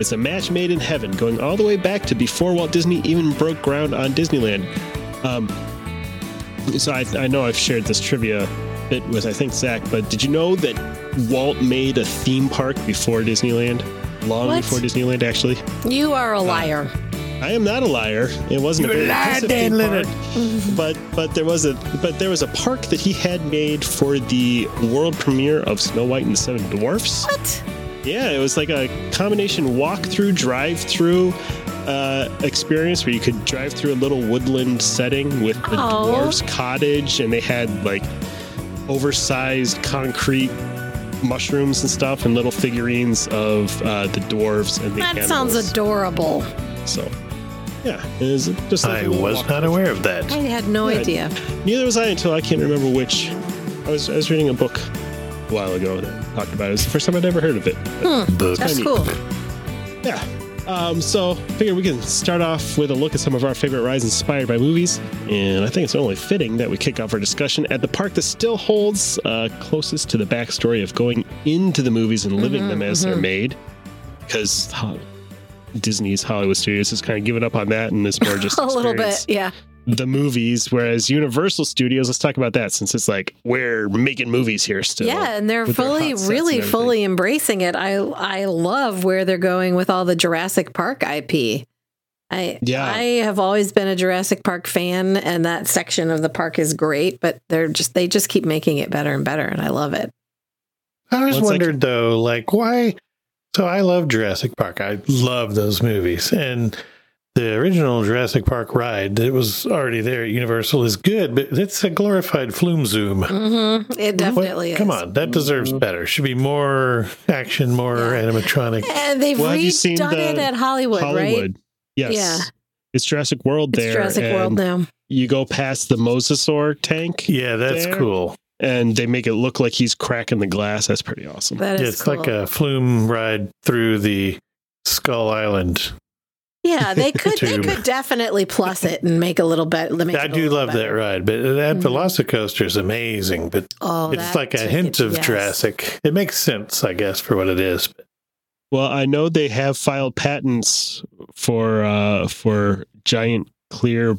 It's a match made in heaven, going all the way back to before Walt Disney even broke ground on Disneyland. Um, so I, I know I've shared this trivia bit with I think Zach, but did you know that Walt made a theme park before Disneyland? Long What? before Disneyland, actually. You are Uh, a liar. I am not a liar. It wasn't You're a a very liar, impressive Dan theme Leonard. park, but but there was a but there was a park that he had made for the world premiere of Snow White and the Seven Dwarfs. What? Yeah, it was like a combination walk-through, drive-through uh, experience where you could drive through a little woodland setting with the Aw. dwarf's cottage, and they had like oversized concrete mushrooms and stuff, and little figurines of uh, the dwarves and the That animals. sounds adorable. So, yeah, it is just. Like I a little was walk- not aware of that. I had no Good. idea. Neither was I until I can't remember which. I was I was reading a book a while ago that talked about it. It was the first time I'd ever heard of it. Book. That's neat. cool. Yeah. Um, so figure we can start off with a look at some of our favorite rides inspired by movies, and I think it's only fitting that we kick off our discussion at the park that still holds uh, closest to the backstory of going into the movies and living Mm-hmm, them as they're made, because Disney's Hollywood Studios has kind of given up on that and is more just A little bit, experience yeah. the movies, whereas Universal Studios, let's talk about that since it's like we're making movies here still. yeah, and they're with their fully, hot sets really and everything. fully embracing it. I I love where they're going with all the Jurassic Park IP. I Yeah. I have always been a Jurassic Park fan, and that section of the park is great. But they're just they just keep making it better and better, and I love it. I always Well, it's like- wondered though, like why? So I love Jurassic Park. I love those movies, and the original Jurassic Park ride that was already there at Universal is good, but it's a glorified flume zoom. hmm Mm-hmm. It definitely What- is. Come on, that deserves better. Should be more action, more Yeah. animatronic. And they've Well, have you seen redone the it at Hollywood, right? Yes. Yeah. It's Jurassic World It's there. Jurassic and World now. You go past the Mosasaur tank Yeah, that's There. cool. and they make it look like he's cracking the glass. That's pretty awesome. That is Yeah, it's cool. like a flume ride through the Skull Island. Yeah, they could they Tube. could definitely plus it and make a little Mm-hmm. bit. Let me. I do love that ride, but that Velocicoaster is amazing. But Oh, it's that like a ticket, hint of yes. Jurassic. It makes sense, I guess, for what it is. Well, I know they have filed patents for uh for giant clear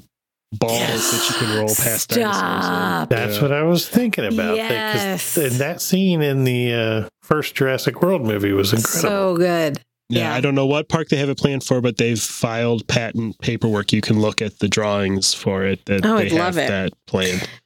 balls that you can roll past dinosaurs. Stop. That's what I was thinking about. Yes. Because and that scene in the uh, first Jurassic World movie was incredible. So good. Yeah, Yeah. I don't know what park they have it planned for, but they've filed patent paperwork. You can look at the drawings for it that I would they have Oh, love it. that planned.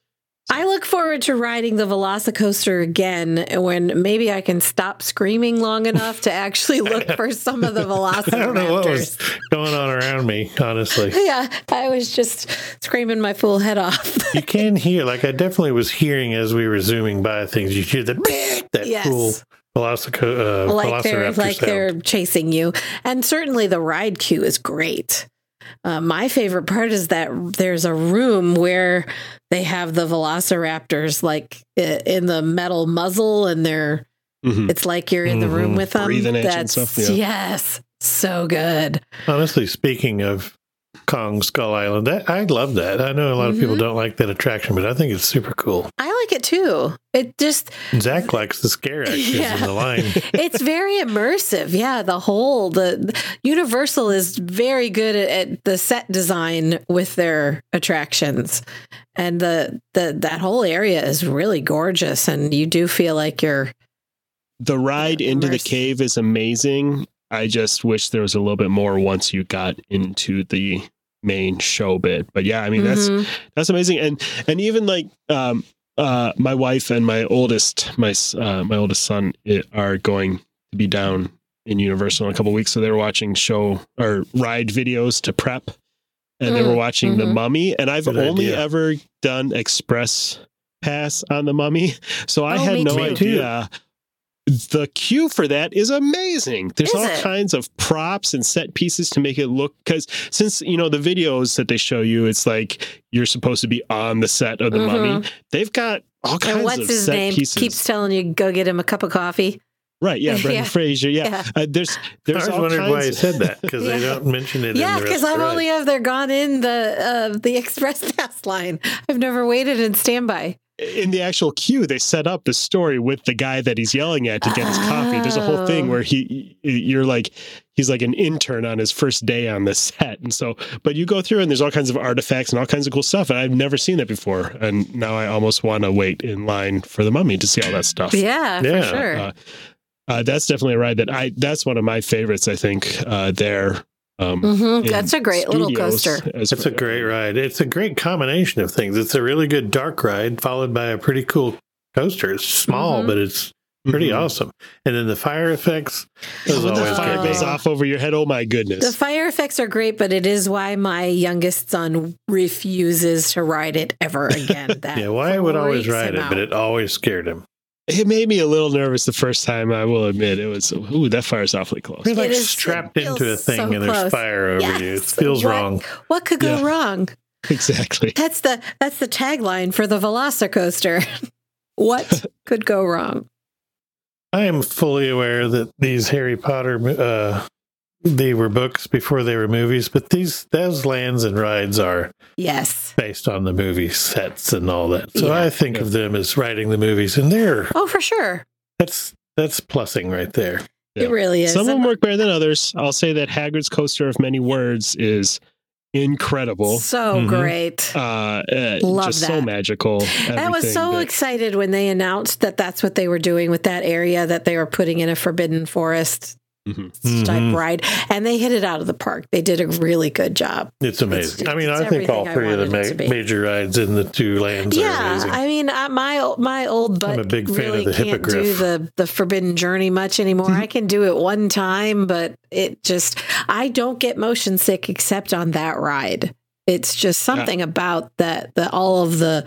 I look forward to riding the Velocicoaster again when maybe I can stop screaming long enough to actually look for some of the Velociraptors. I don't know what was going on around me, honestly. Yeah, I was just screaming my fool head off. You can hear, like I definitely was hearing as we were zooming by things. You hear that that Yes. cool velocico, uh, like they're velociraptor like sound. they're chasing you, and certainly the ride queue is great. Uh, my favorite part is that there's a room where they have the velociraptors like i- in the metal muzzle, and they're Mhm. it's like you're in the room Mhm. with them. Mm-hmm. Breathing at you and That's stuff, yeah. yes, so good. Honestly, speaking of Kong Skull Island, that, I love that. I know a lot of people Mhm. don't like that attraction, but I think it's super cool. I like it too. It just Zach likes the scare actors Yeah. in the line. it's very immersive. Yeah, the whole the Universal is very good at, at the set design with their attractions, and the the that whole area is really gorgeous, and you do feel like you're The ride into the immersive. cave is amazing. I just wish there was a little bit more once you got into the main show bit. But yeah, I mean that's Mhm. that's amazing and and even like um uh my wife and my oldest my s- uh my oldest son it, are going to be down in universal in a couple weeks so they were watching show or ride videos to prep and they were Mm, watching the mhm. mummy and i've Good only idea. ever done express pass on the mummy so i Oh, had me no too. Me too. idea the queue for that is amazing. There's Is all it? kinds of props and set pieces to make it look because since you know the videos that they show you, it's like you're supposed to be on the set of the mummy. They've got all kinds Mm-hmm. and what's of his set name pieces. keeps telling you go get him a cup of coffee. right? Yeah, Brendan Yeah. Fraser. Yeah, Yeah. Uh, there's I there's was all wondering why he kinds. said that because they Yeah. don't mention it. yeah, in the rest because of I've the ride. only ever gone in the uh, the express pass line. I've never waited in standby. in the actual queue, they set up the story with the guy that he's yelling at to get his coffee. There's a whole thing Oh. where he, you're like, he's like an intern on his first day on the set, and so, but you go through and there's all kinds of artifacts and all kinds of cool stuff, and I've never seen that before, and now I almost want to wait in line for the mummy to see all that stuff. Yeah, Yeah, for sure. uh, Uh, that's definitely a ride that I. That's one of my favorites. I think uh, there. Um, Mhm. in That's a great little studios coaster. as It's a well. great ride. It's a great combination of things. It's a really good dark ride followed by a pretty cool coaster. It's small, Mhm. but it's pretty Mhm. awesome. And then the fire effects. When Oh, Those the always fire get goes me. off over your head, oh my goodness! The fire effects are great, but it is why my youngest son refuses to ride it ever again. That Yeah, Wyatt would always freaks ride him it, but out. it always scared him. It made me a little nervous the first time, I will admit. It was, ooh, that fire's awfully close. You're like is- it strapped feels into a thing so and there's close. fire over Yes. you. It feels What- wrong. What could go Yeah. wrong? Exactly. That's the that's the tagline for the Velocicoaster. what could go wrong? I am fully aware that these Harry Potter, uh, they were books before they were movies, but these those lands and rides are Yes. based on the movie sets and all that. So Yeah. I think of them as writing the movies, and they're Oh, for sure. that's that's plussing right there. Yeah. It really is. Some of them And work better than others. I'll say that Hagrid's Coaster of Many Words is incredible. so Mhm. great. Uh, uh, Love just so that. magical. I was Everything so that- excited when they announced that that's what they were doing with that area that they were putting in a forbidden forest Mhm. Mhm. type ride, and they hit it out of the park. They did a really good job. It's amazing. It's- I mean, it's I think all everything I three of the wanted it to ma- be. major rides in the two lands are Yeah, amazing. I mean, I, my o- my old butt a big fan of really the can't do hippogriff. the the Forbidden Journey much anymore. I can do it one time, but it just I don't get motion sick except on that ride. It's just something about that the all of the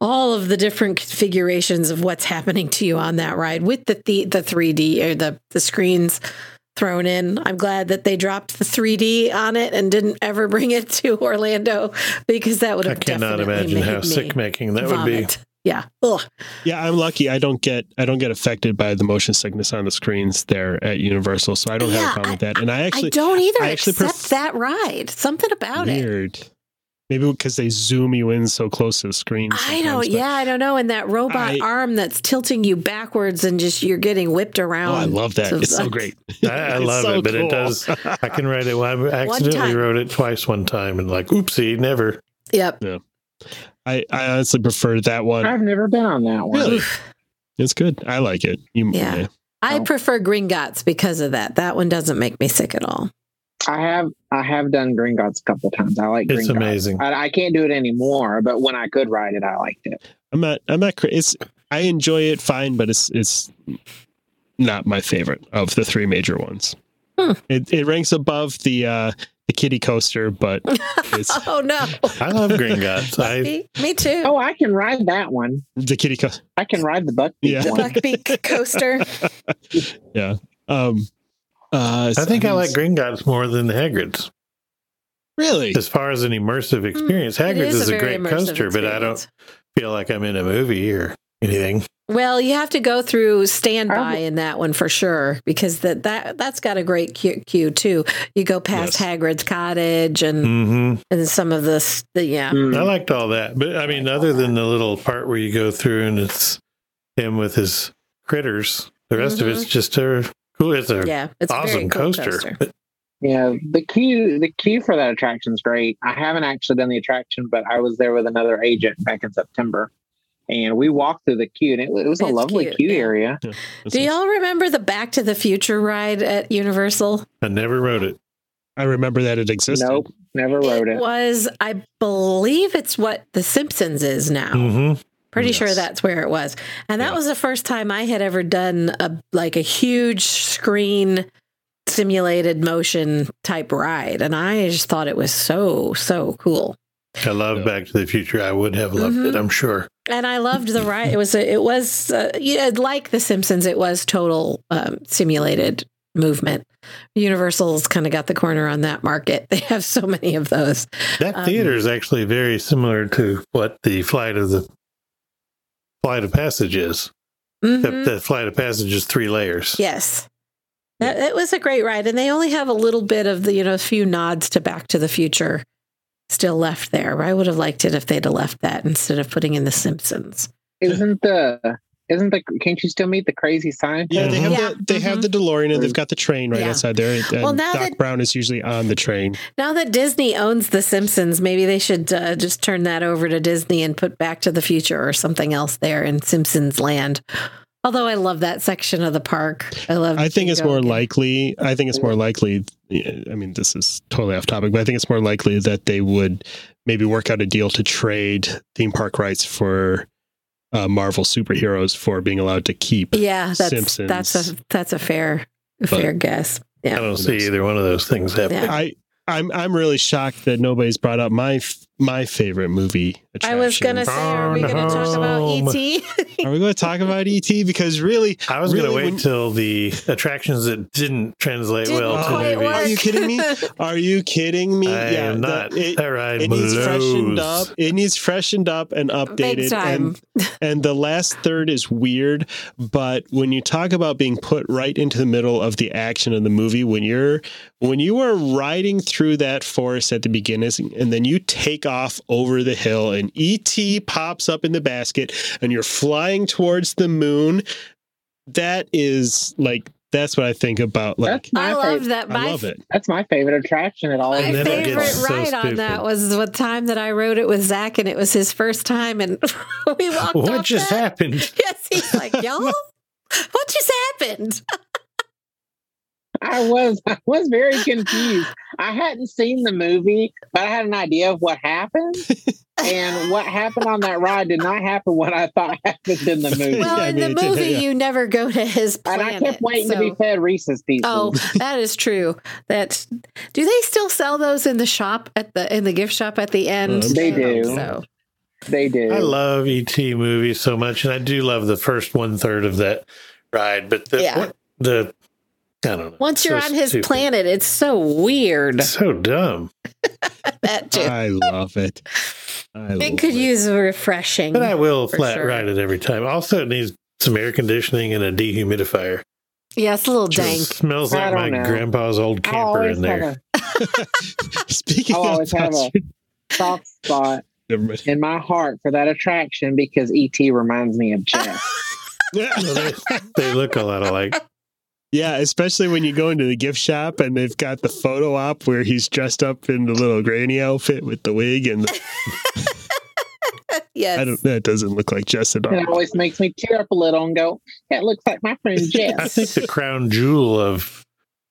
all of the different configurations of what's happening to you on that ride with the the, the 3D or the the screens thrown in. I'm glad that they dropped the 3D on it and didn't ever bring it to Orlando because that would I have cannot definitely imagine how made me sick making that would be. vomit. Yeah. Ugh. Yeah, I'm lucky. I don't get I don't get affected by the motion sickness on the screens there at Universal, so I don't have Yeah, a problem with that. And I actually I don't either I actually except that ride. Something about it. weird. Maybe because they zoom you in so close to the screen. I sometimes, don't. but- Yeah, I don't know. And that I- robot arm that's tilting you backwards and just you're getting whipped Oh, around. I love that. So It's so that- great. I, I It's love so it, but cool. it does. I can write it. Well, I accidentally time. wrote it twice one time and like, oopsie, never. Yep. I, I honestly prefer that one. I've never been on that one. Really, it's good. I like it. You, Yeah. I Oh. prefer Gringotts because of that. That one doesn't make me sick at all. I have I have done Gringotts a couple times. I like It's Gringotts. amazing. I, I can't do it anymore, but when I could ride it, I liked it. I'm not. I'm not. cra- It's. I enjoy it fine, but it's it's not my favorite of the three major ones. Hmm. It it ranks above the uh the kitty coaster, but it's Oh no. I love Green Guts. I me, me too. Oh, I can ride that one. the kitty coaster. I can ride the Buckbeak Yeah. the one. Buckbeak coaster. Um, uh, I think I like it's- Green Guts more than the Hagrid's really. as far as an immersive experience. Hmm, It Hagrid's is, a very great immersive coaster, but I don't experience. feel like I'm in a movie or anything. Well, you have to go through standby Probably- in that one for sure because that that that's got a great queue, queue too. You go past Yes. Hagrid's cottage and hmm and some of this the yeah. I Mm. liked all that, but I mean, other than the little part where you go through and it's him with his critters, the rest of it's just a cool. It's a Mm-hmm. Yeah, it's a very awesome cool coaster. But Yeah, the queue the queue for that attraction is great. I haven't actually done the attraction, but I was there with another agent back in September, and we walked through the queue, and it, it was a It's lovely cute, queue yeah. area. Do y'all remember the Back to the Future ride at Universal? I never wrote it. I remember that it existed. Nope, never rode it. was I believe it's what the Simpsons is now. hmm Pretty sure Yes. that's where it was. And that Yeah. was the first time I had ever done a like a huge screen simulated motion type ride and I just thought it was so so cool. I love Yeah. Back to the Future. I would have loved it, Mhm. I'm sure. And I loved the ride. It was a, it was uh, yeah, like the Simpsons it was total um, simulated movement. Universal's kind of got the corner on that market. They have so many of those. That Um, theater is actually very similar to what the flight of the flight of passage is. Except Mhm. that flight of passage is three layers. Yes. That, that was a great ride. And they only have a little bit of the, you know, a few nods to Back to the Future still left there. I would have liked it if they'd have left that instead of putting in The Simpsons. Isn't the isn't the can't you still meet the crazy scientist? Yeah, they have Yeah. Mm-hmm. the they have the DeLorean and they've got the train right Yeah. outside there. And Well, now Doc that- Brown is usually on the train. Now that Disney owns The Simpsons, maybe they should uh, just turn that over to Disney and put Back to the Future or something else there in Simpsons Land. Although I love that section of the park. I love I think it's Bingo. more likely. I think it's more likely. I mean, this is totally off topic, but I think it's more likely that they would maybe work out a deal to trade theme park rights for uh, Marvel superheroes for being allowed to keep. Yeah, that's Simpsons. that's a that's a fair fair guess. I Yeah. don't see either one of those things happening. Yeah. I I'm I'm really shocked that nobody's brought up my f- my favorite movie. I was attraction. gonna say, are we gonna talk about E ET? Are we going to talk about ET? Because really, I was going Really, to wait when- till the attractions that didn't translate Didn't well to quite movies. work. Are you kidding me? Are you kidding me? I am the- not. it, that ride it needs freshened up. blows. It needs freshened up and Big updated. time. And and the last third is weird, but when you talk about being put right into the middle of the action of the movie, when you're when you are riding through that forest at the beginning, and then you take off over the hill, and ET pops up in the basket, and you're flying towards the moon. That is like that's what I think about. Like That's my I favorite. love that. I My, love it. That's my favorite attraction at all. my And then it favorite gets ride so on that stupid. was the time that I rode it with Zach, and it was his first time, and we walked What off just that. happened? Yes, he's like, y'all, what just happened? I was I was very confused. I hadn't seen the movie, but I had an idea of what happened. and what happened on that ride did not happen what I thought happened in the movie. Well, Yeah, I in mean, the it did, movie, yeah. you never go to his and planet. I kept waiting to be so- fed Reese's pieces. Oh, that is true. That do they still sell those in the shop at the in the gift shop at the end? I'm They I hope do. So they do. I love ET movies so much, and I do love the first one third of that ride. But the Yeah. what- the I don't know. once you're So on his stupid. planet, it's so weird. so dumb. That too. I love it. I It love could use a refreshing. But I will For flat sure. ride it every time. Also, it needs some air conditioning and a dehumidifier. Yeah, it's a little dank. Just smells I like my don't know. grandpa's old I camper always in there. have Speaking I'll of always have a- concert- a soft spot Never mind. in my heart for that attraction because ET reminds me of Jeff. Well, they, they look a lot alike. yeah, especially when you go into the gift shop and they've got the photo op where he's dressed up in the little granny outfit with the wig and the, Yes. I don't that doesn't look like Jess at all. it always makes me tear up a little and go, "That looks like my friend Jeff." I think the crown jewel of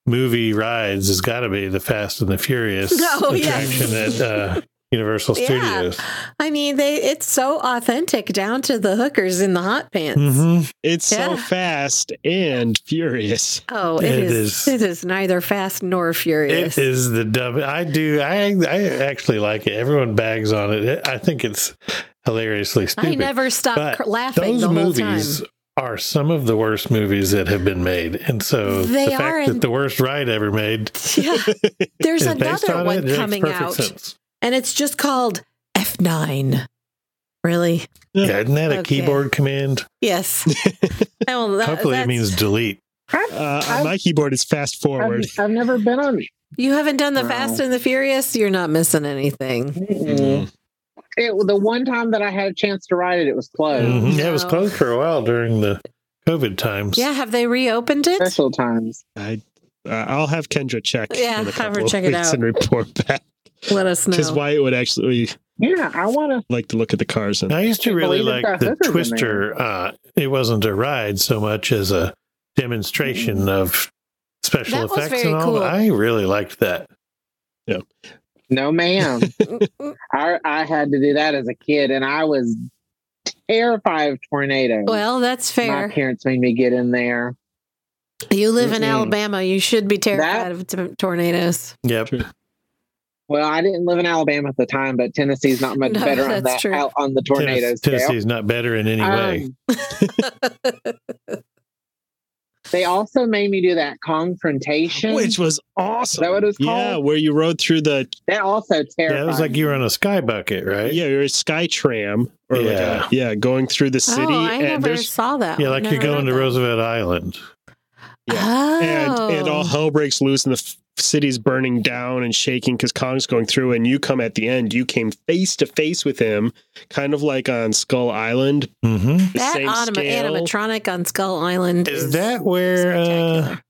movie rides has got to be the Fast and the Furious Oh, yes. attraction at uh, Universal Yeah. Studios. I mean, they it's so authentic down to the hookers in the hot pants. hmm It's so Yeah. fast and furious. Oh, It it is, is. It is neither fast nor furious. It is the dumb. I do. I I actually like it. Everyone bags on it. it I think it's hilariously stupid. I never But stop cr- laughing Those the whole time. movies are some of the worst movies that have been made, and so They the are, fact and- that the worst ride ever made Yeah. There's is based another on it, it one makes coming perfect out, sense. and it's just called F9. Really? Yeah, isn't that a Okay. keyboard command? Yes. Oh, well, that- Hopefully, it that's- means delete. Uh, on my keyboard is fast forward. I've, I've never been on. you haven't done the Wow. Fast and the Furious. You're not missing anything. Mm-hmm. Mm-mm. It, the one time that I had a chance to ride it, it was closed. Mm. Mhm. Yeah, it was Oh, No. closed for a while during the COVID times. Yeah. Have they reopened it? Special times. I uh, I'll have Kendra check. Yeah, in a have her couple of check it weeks out. and report back Let us because know. Wyatt would actually Yeah, I want to. like to look at the cars and I used to Can't really believe it's got like the hookers in Twister. Uh, it wasn't a ride so much as a demonstration of special Mm-hmm. That was effects very and all. cool. I really liked that. No, ma'am. I I had to do that as a kid, and I was terrified of tornadoes. well, that's my fair. parents made me get in there. You live in Mm-mm. Alabama. You should be terrified That- of t- tornadoes. Yep. True. Well, I didn't live in Alabama at the time, but Tennessee's not much No, better on that's that true. out on the tornado Tennes- scale. Tennessee's not better in any way. Um, they also made me do that confrontation. which was awesome. Is that what it was Yeah, called? where you rode through the that also terrified. Yeah, it was like you were on a sky bucket, right? yeah, you're a sky tram or like Yeah. a, yeah, going through the city oh, I and never there's saw that. Yeah, one. like Never you're going heard to that. Roosevelt Island. Yeah. Oh. and and all hell breaks loose and the f- city's burning down and shaking because Kong's going through and you come at the end. You came face to face with him, kind of like on Skull Island. hmm The that same anima- scale. animatronic on Skull Island Is that where uh, spectacular.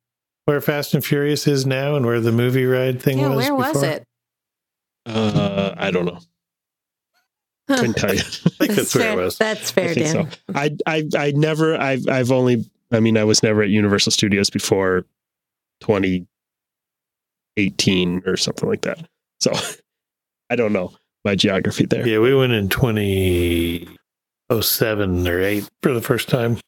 where Fast and Furious is now, and where the movie ride thing yeah, was? where was before? it? Uh, I don't know. Huh. Couldn't tell you. I think that's where fair. it was. That's fair, I think Dan. I I I never I've I've only I mean I was never at Universal Studios before 2018 or something like that. So I don't know my geography there. Yeah, we went in 2007 or 8 for the first time.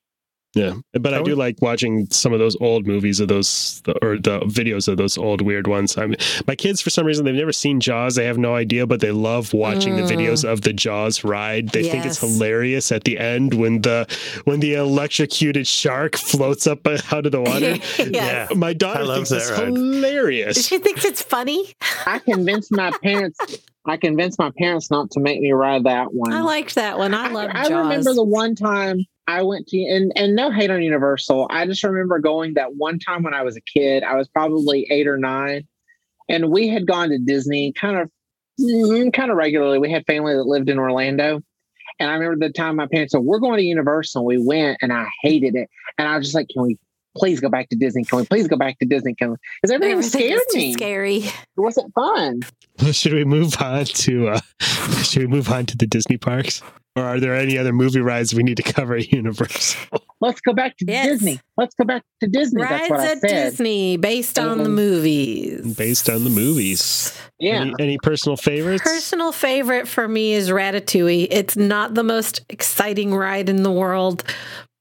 Yeah, but I Oh. do like watching some of those old movies of those or the videos of those old weird ones. I mean, my kids for some reason they've never seen Jaws. They have no idea, but they love watching the Mm. videos of the Jaws ride. They think it's Yes. hilarious at the end when the when the electrocuted shark floats up uh, out of the water. yes. My daughter I love thinks that that's ride. hilarious. She thinks it's funny. I convinced my parents. I convinced my parents not to make me ride that one. I liked that one. I love Mm. I, Jaws. remember the one time I went to and and no hate on Universal. I just remember going that one time when I was a kid. I was probably eight or nine, and we had gone to Disney kind of mm, kind of regularly. We had family that lived in Orlando. And I remember the time my parents said, We're going to Universal. We went and I hated it. And I was just like, Can we please go back to Disney? Can we please go back to Disney? Can we? Because everything, Everything scared was too me. scary. It wasn't fun. should we move on to uh, Should we move on to the Disney parks, or are there any other movie rides we need to cover at Universal? Let's go back to Yes. Disney. Let's go back to Disney. That's Rides what I at said. Disney based on the Mhm. movies. Based on the movies. Yeah. Mm-hmm. Any, any personal favorites? Personal favorite for me is Ratatouille. It's not the most exciting ride in the world,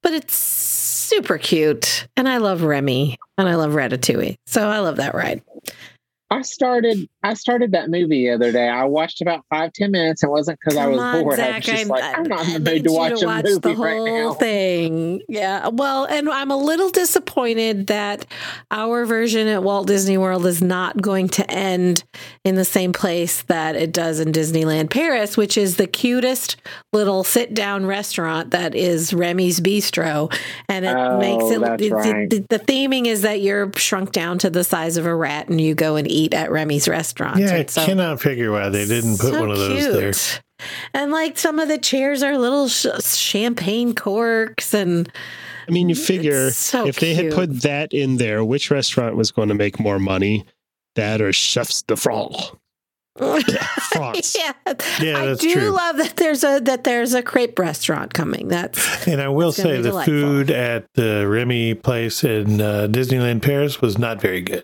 but it's super cute. And I love Remy and I love Ratatouille. So I love that ride. I started I started that movie the other day. I watched about five, ten minutes. It wasn't because I Come was on, bored. I Zach, was just I'm, like, I'm not in I the mood need to you watch a movie the right whole now. thing. Yeah. Well, and I'm a little disappointed that our version at Walt Disney World is not going to end in the same place that it does in Disneyland Paris, which is the cutest little sit down restaurant that is Remy's Bistro. And it Oh, makes it, that's the- right. the, the theming is that you're shrunk down to the size of a rat and you go and eat at Remy's restaurant. Yeah, I And Ah, so- cannot figure why they didn't put so one of those there. cute. And like some of the chairs are little sh- champagne corks, and I mean, you figure It's so if they had cute. put that in there, which restaurant was going to make more money? That or Chefs de France? France. yeah, Yeah, I that's do true. love that there's a that there's a crepe restaurant coming. That's And I will It's gonna say be the delightful. food at the Remy place in uh, Disneyland Paris was not very good.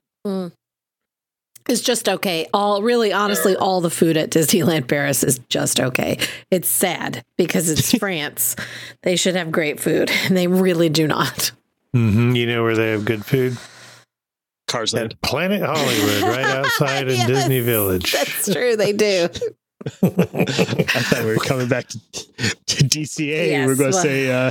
it's just okay. All really, honestly, all the food at Disneyland Paris is just okay. It's sad because it's France. They should have great food, and they really do not. hmm You know where they have good food? Carsland. At Planet Hollywood, right outside in Yes, Disney Village. That's true. They do. I thought we were coming back to, to DCA. we were going Yes, to well- say, uh,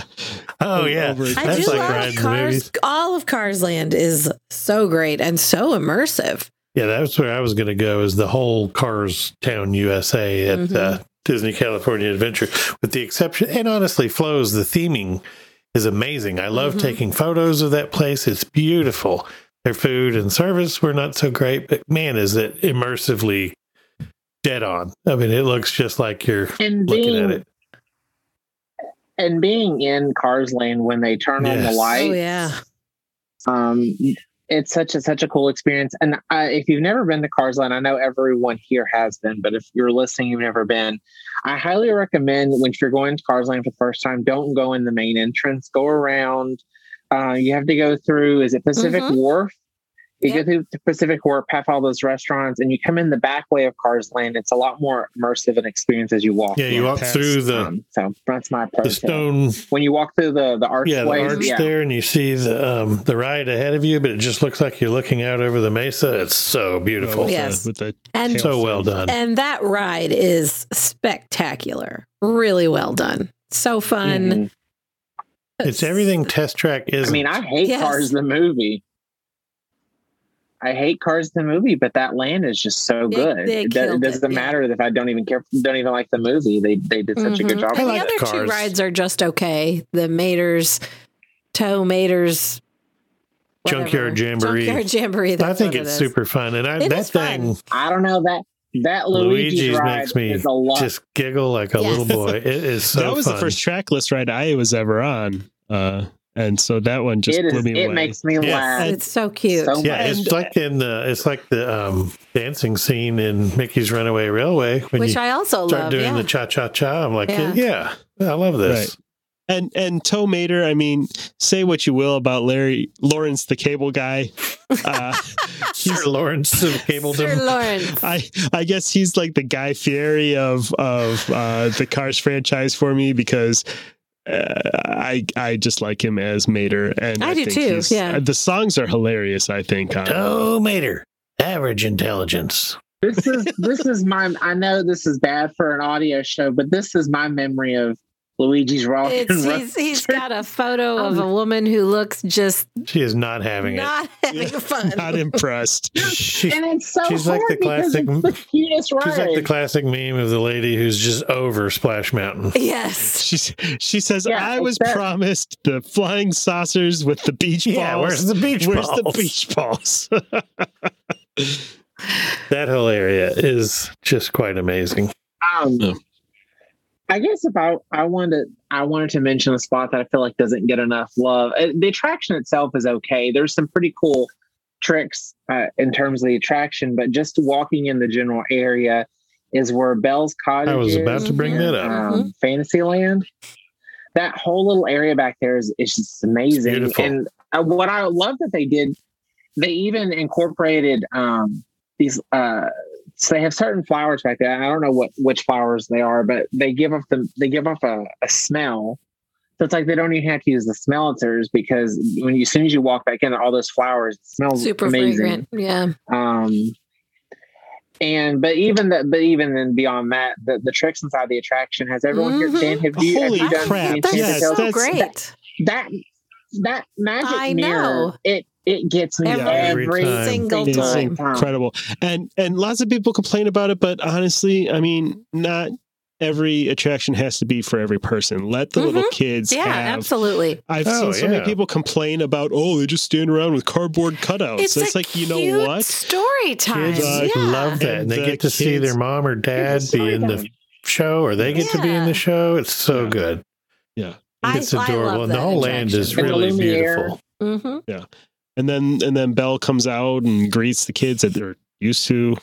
Oh yeah, Over- I that's do like love riding the Cars. movies. All of Cars Land is so great and so immersive. Yeah, that's where I was going to go. Is the whole Cars Town USA at Mm-hmm. uh, Disney California Adventure, with the exception and honestly, flows the theming is amazing. I Mm-hmm. love taking photos of that place. It's beautiful. Their food and service were not so great, but man, is it immersively dead on. I mean, it looks just like you're And looking at being it. and being in Cars Lane when they turn on the Yes. light, Oh yeah. um, it's such a such a cool experience. And I, if you've never been to Cars Lane, I know everyone here has been, but if you're listening, you've never been. I highly recommend when you're going to Cars Lane for the first time, don't go in the main entrance. Go around. Uh, you have to go through. Is it Pacific Mhm. Wharf? You Yep. go through the Pacific Wharf, past all those restaurants, and you come in the back way of Cars Lane. It's a lot more immersive an experience as you walk. Yeah, you in. walk through the Um, so that's my approach. to the it. stone when you walk through the the archway, yeah, the arch yeah. there, and you see the um, the ride ahead of you, but it just looks like you're looking out over the mesa. It's so beautiful, Yeah. Yes. with the And so well done. and that ride is spectacular. Really well done. So fun. Mhm. It's everything Test Track is. I mean, I hate Yes. Cars the movie. I hate Cars the movie, but that land is just so They- good. they it, do- it killed it, doesn't yeah. matter if I don't even care, don't even like the movie. They they did such a good Mhm. job. I And with like the it. other two Cars. rides are just okay. The Mater's Toe Mater's whatever. Junkyard Jamboree. Junkyard Jamboree. That's I think what it it's is. super fun, and I, It that is fun. thing I don't know that that Luigi's, Luigi's ride makes me is a lot. just giggle like a Yes. little boy. It is so that was fun. the first trackless ride I was ever on. Uh, and so that one just it blew is. me It away. makes me Yeah. laugh. It's so cute. So Yeah, much. it's like in the it's like the um, dancing scene in Mickey's Runaway Railway when which you I also start love. doing yeah. the cha cha cha. I'm like, Yeah. yeah, I love this. and and Tomater, I mean, say what you will about Larry Lawrence, the cable guy. Uh, Sir Lawrence of Sir Cabledom. Lawrence. I I guess he's like the Guy Fieri of of uh, the Cars franchise for me because uh, I I just like him as Mater, and I do think too, he's- yeah. uh, the songs are hilarious. I think. on- Oh, Mater, average intelligence. this is this is my I know this is bad for an audio show, but this is my memory of Luigi's Rock. It's, he's, he's got a photo of a woman who looks just She is not having it. not having fun. Not impressed. She, and it's so she's like hard the because classic- it's the cutest ride. she's like the classic meme of the lady who's just over Splash Mountain. yes. She's, she says, Yeah, "I was except- promised the flying saucers with the beach Yeah, balls. where's the beach Where's the balls? beach balls?" That whole area is just quite amazing. Um, Yeah. I guess if I, I wanted I wanted to mention a spot that I feel like doesn't get enough love. Uh, The attraction itself is okay. There's some pretty cool tricks uh, in terms of the attraction, but just walking in the general area is where Bell's Cottage. I was about is to bring that up. um, Fantasyland. That whole little area back there is, is just amazing. beautiful. And uh, what I love that they did, they even incorporated um, these. Uh, so they have certain flowers back there. I don't know what which flowers they are, but they give off the they give off a, a smell. So it's like they don't even have to use the smelters because when you, as soon as you walk back in, all those flowers it smells Super amazing fragrant. Yeah. um And but even that, but even then beyond that, the, the tricks inside the attraction has everyone Mhm. here. Dan, have you, have Holy you done crap, any That's yes, so Enchanted Tales? that's- great. that that magic I mirror know. it it gets me Every every, time. Single It is time. incredible. And and lots of people complain about it, but honestly, I mean, not every attraction has to be for every person. Let the little Mhm. kids Yeah, have. absolutely. I've Oh, seen so many yeah. people complain about, oh, they just stand around with cardboard cutouts. It's, Oh, It's a like, you cute know what? Story time. Kids uh, yeah. love that. And And they the get to see kids- their mom or dad be in the show, or they get to be in Yeah. the show. It's so Yeah. good. Yeah. I- It's I adorable. love and the that whole land is attraction. And the really Lumiere. beautiful. Mm-hmm. And then and then Belle comes out and greets the kids that they're used to.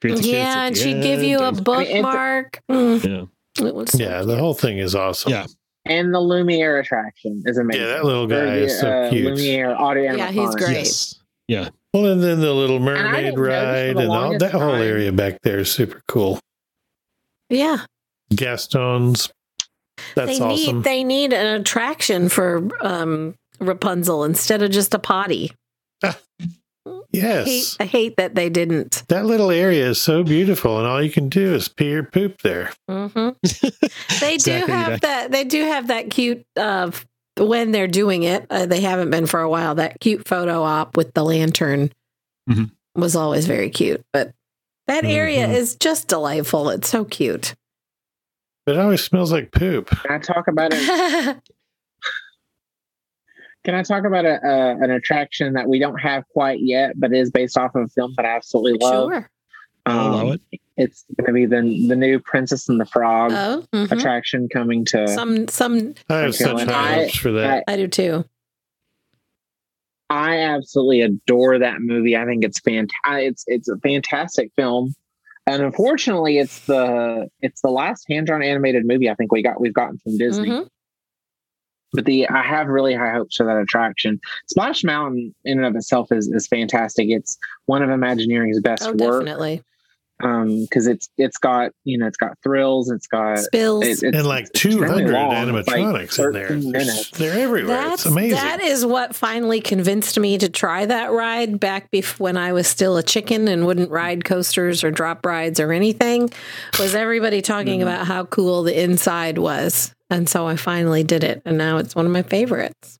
greet the kids Yeah, at and the she'd give you a end, and- it's- bookmark. Mm. Yeah. It was so Yeah, the whole thing is awesome. Yeah. and the Lumiere attraction is amazing. Yeah, that little guy is so uh, cute. Lumiere audio. Yeah, he's animatronic. great. Yes. Well, and then the Little Mermaid didn't notice for ride the and all longest that whole time. area back there is super cool. Yeah. Gaston's. That's they awesome. need they need an attraction for um Rapunzel instead of just a potty. I hate, yes. I hate that they didn't. That little area is so beautiful, and all you can do is pee or poop there. hmm They do Exactly have that. that. They do have that cute uh, when they're doing it. Uh, they haven't been for a while. That cute photo op with the lantern Mhm. was always very cute. But that area Mhm. is just delightful. It's so cute. But it always smells like poop. Can I talk about it? oh, Can I talk about a, uh, an attraction that we don't have quite yet, but is based off of a film that I absolutely love? sure. I Um, love it. It's going to be the the new Princess and the Frog Oh, mhm. attraction coming to. some some I have Okay, such when high I- hopes for I- that. I do too. I absolutely adore that movie. I think it's fant- I- It's it's a fantastic film, and unfortunately, it's the it's the last hand drawn animated movie I think we got we've gotten from Disney. Mhm. But the I have really high hopes for that attraction. Splash Mountain in and of itself is is fantastic. It's one of Imagineering's best Oh, work definitely. because it's it's got you know it's got thrills. It's got Spills. it- it's, and like it's extremely 200 long. It's like animatronics in there. 13 They're, minutes. they're everywhere. it's amazing. That is what finally convinced me to try that ride back bef- when I was still a chicken and wouldn't ride coasters or drop rides or anything. Was everybody talking Mm-hmm. Mhm. about how cool the inside was? And so I finally did it, and now it's one of my favorites.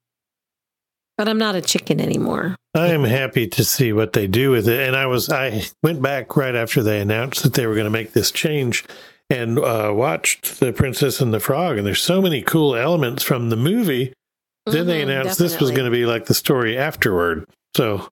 But I'm not a chicken anymore. I am happy to see what they do with it. And I was I went back right after they announced that they were going to make this change and uh, watched The Princess and the Frog. And there's so many cool elements from the movie. Then they Mhm, announced this was definitely. going to be like the story afterward. So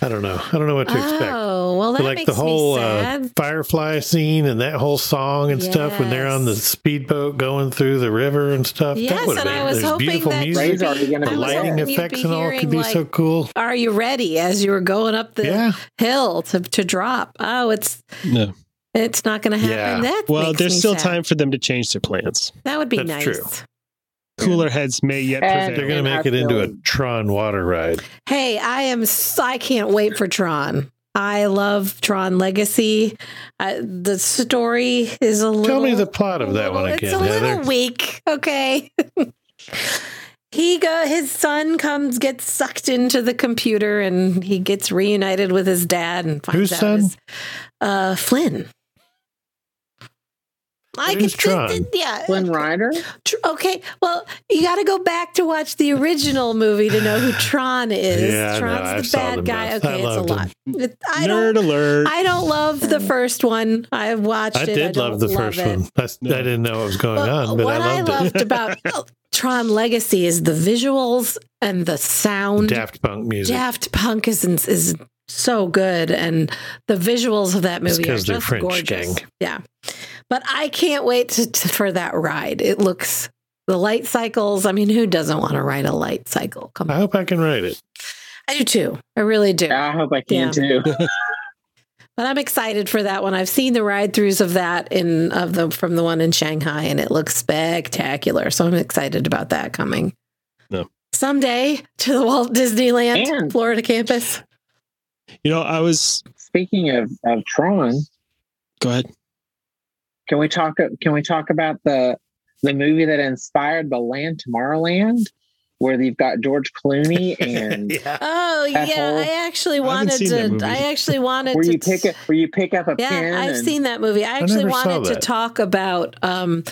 I don't know. I don't know what to expect. Oh well, that But, like makes the whole me uh, sad. firefly scene and that whole song and stuff when they're on the Yes. speedboat going through the river and stuff. yes, that would've and been- I was there's hoping beautiful that music. you'd Rays are gonna I be The was lighting hoping you'd effects be and all could hearing, be like, so cool. Are you ready? As you were going up the yeah. hill to, to drop. Oh, it's No. It's not going to happen. Yeah. That Well, makes there's me still sad. time for them to change their plans. That would be That's nice. true. Cooler heads may yet And- They're prevail. going And to I make it into a feel- Tron water ride. Hey, I am. s- I can't wait for Tron. I love Tron Legacy. I, the story is a little. Tell me the plot of that little- one again, It's a little Heather. weak. Okay. he go. His son comes, gets sucked into the computer, and he gets reunited with his dad, and finds Whose out son? his- uh, Flynn. I Who's think Tron? that- Yeah, uh, Flynn Rider. Tr- Okay, well, you got to go back to watch the original movie to know who Tron is. Yeah, I Tron's know. the I saw bad them guy. both. I Okay, it's a loved lot. It- I Nerd don't. alert. I don't love the first one. I watched I it. did don't love the first it. one. That's, No. I didn't know what was going But on, Oh, but what I loved it. loved about Oh, Tron Legacy is the visuals and the sound. Daft Punk music. Daft Punk is is so good, and the visuals of that It's movie are 'cause they're just French, gorgeous. gang. Yeah, but I can't wait to, to- for that ride. It looks the light cycles. I mean, who doesn't want to ride a light cycle? Come I on, hope I can ride it. I do too. I really do. I hope I can Yeah. too. But I'm excited for that one. I've seen the ride throughs of that in of the from the one in Shanghai, and it looks spectacular. So I'm excited about that coming. No. Someday to the Walt Disneyland And- Florida campus. you know, I was. Speaking of of Tron, Go ahead. Can we talk? Can we talk about the the movie that inspired the land Tomorrowland? where they've got George Clooney and Yeah. Oh That yeah, whole- I actually haven't wanted seen that to. movie. I actually wanted where to. you pick a, where you pick up a pen. yeah, I've and- seen that movie. I actually never saw wanted to that. talk about um,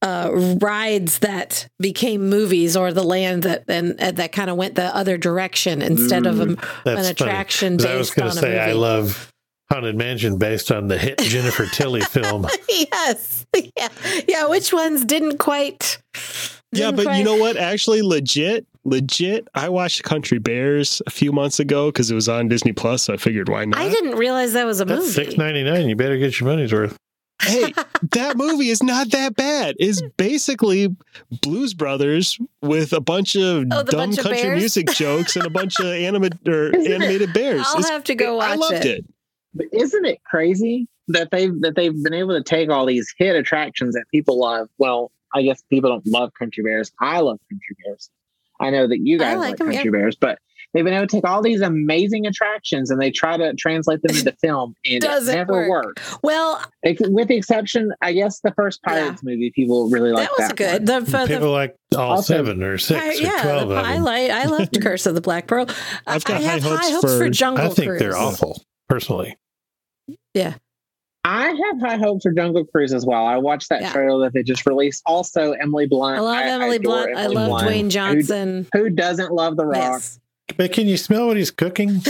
uh, rides that became movies or the land that and, and that kind of went the other direction instead of a, an That's funny. attraction 'Cause based I was going on to a say I movie. love Haunted Mansion based on the hit Jennifer Tilly film. yes, yeah, yeah. Which ones didn't quite? Yeah, didn't but you quite- know what? Actually, legit, legit. I watched Country Bears a few months ago because it was on Disney Plus. So I figured, why not? I didn't realize that was a That's movie. six ninety nine. You better get your money's worth. hey, that movie is not that bad. It's basically Blues Brothers with a bunch of Oh, the dumb bunch of country bears? music jokes and a bunch of anima- or Isn't it- animated bears. I'll It's- have to go watch I loved it. But isn't it crazy that they've that they've been able to take all these hit attractions that people love? Well, I guess people don't love country bears. I love country bears. I know that you I guys like like, them, country bears, but they've been able to take all these amazing attractions and they try to translate them into film and Doesn't it never work. works. Well, Ex- With the exception, I guess the first Pirates movie, people really that liked was that. one. good. The, the, People like all Also- seven or six I, or yeah, twelve the, of I them. like I loved Curse of the Black Pearl. I- I've got I high have hopes high hopes for, for- Jungle I think Cruise. they're awful, personally. I have high hopes for Jungle Cruise as well. I watched that Yeah. trailer that they just released. Also, Emily Blunt. I love Emily adore Blunt. I Emily love Blunt. Dwayne Johnson. Who, who doesn't love The Rock? Yes. But can you smell what he's cooking?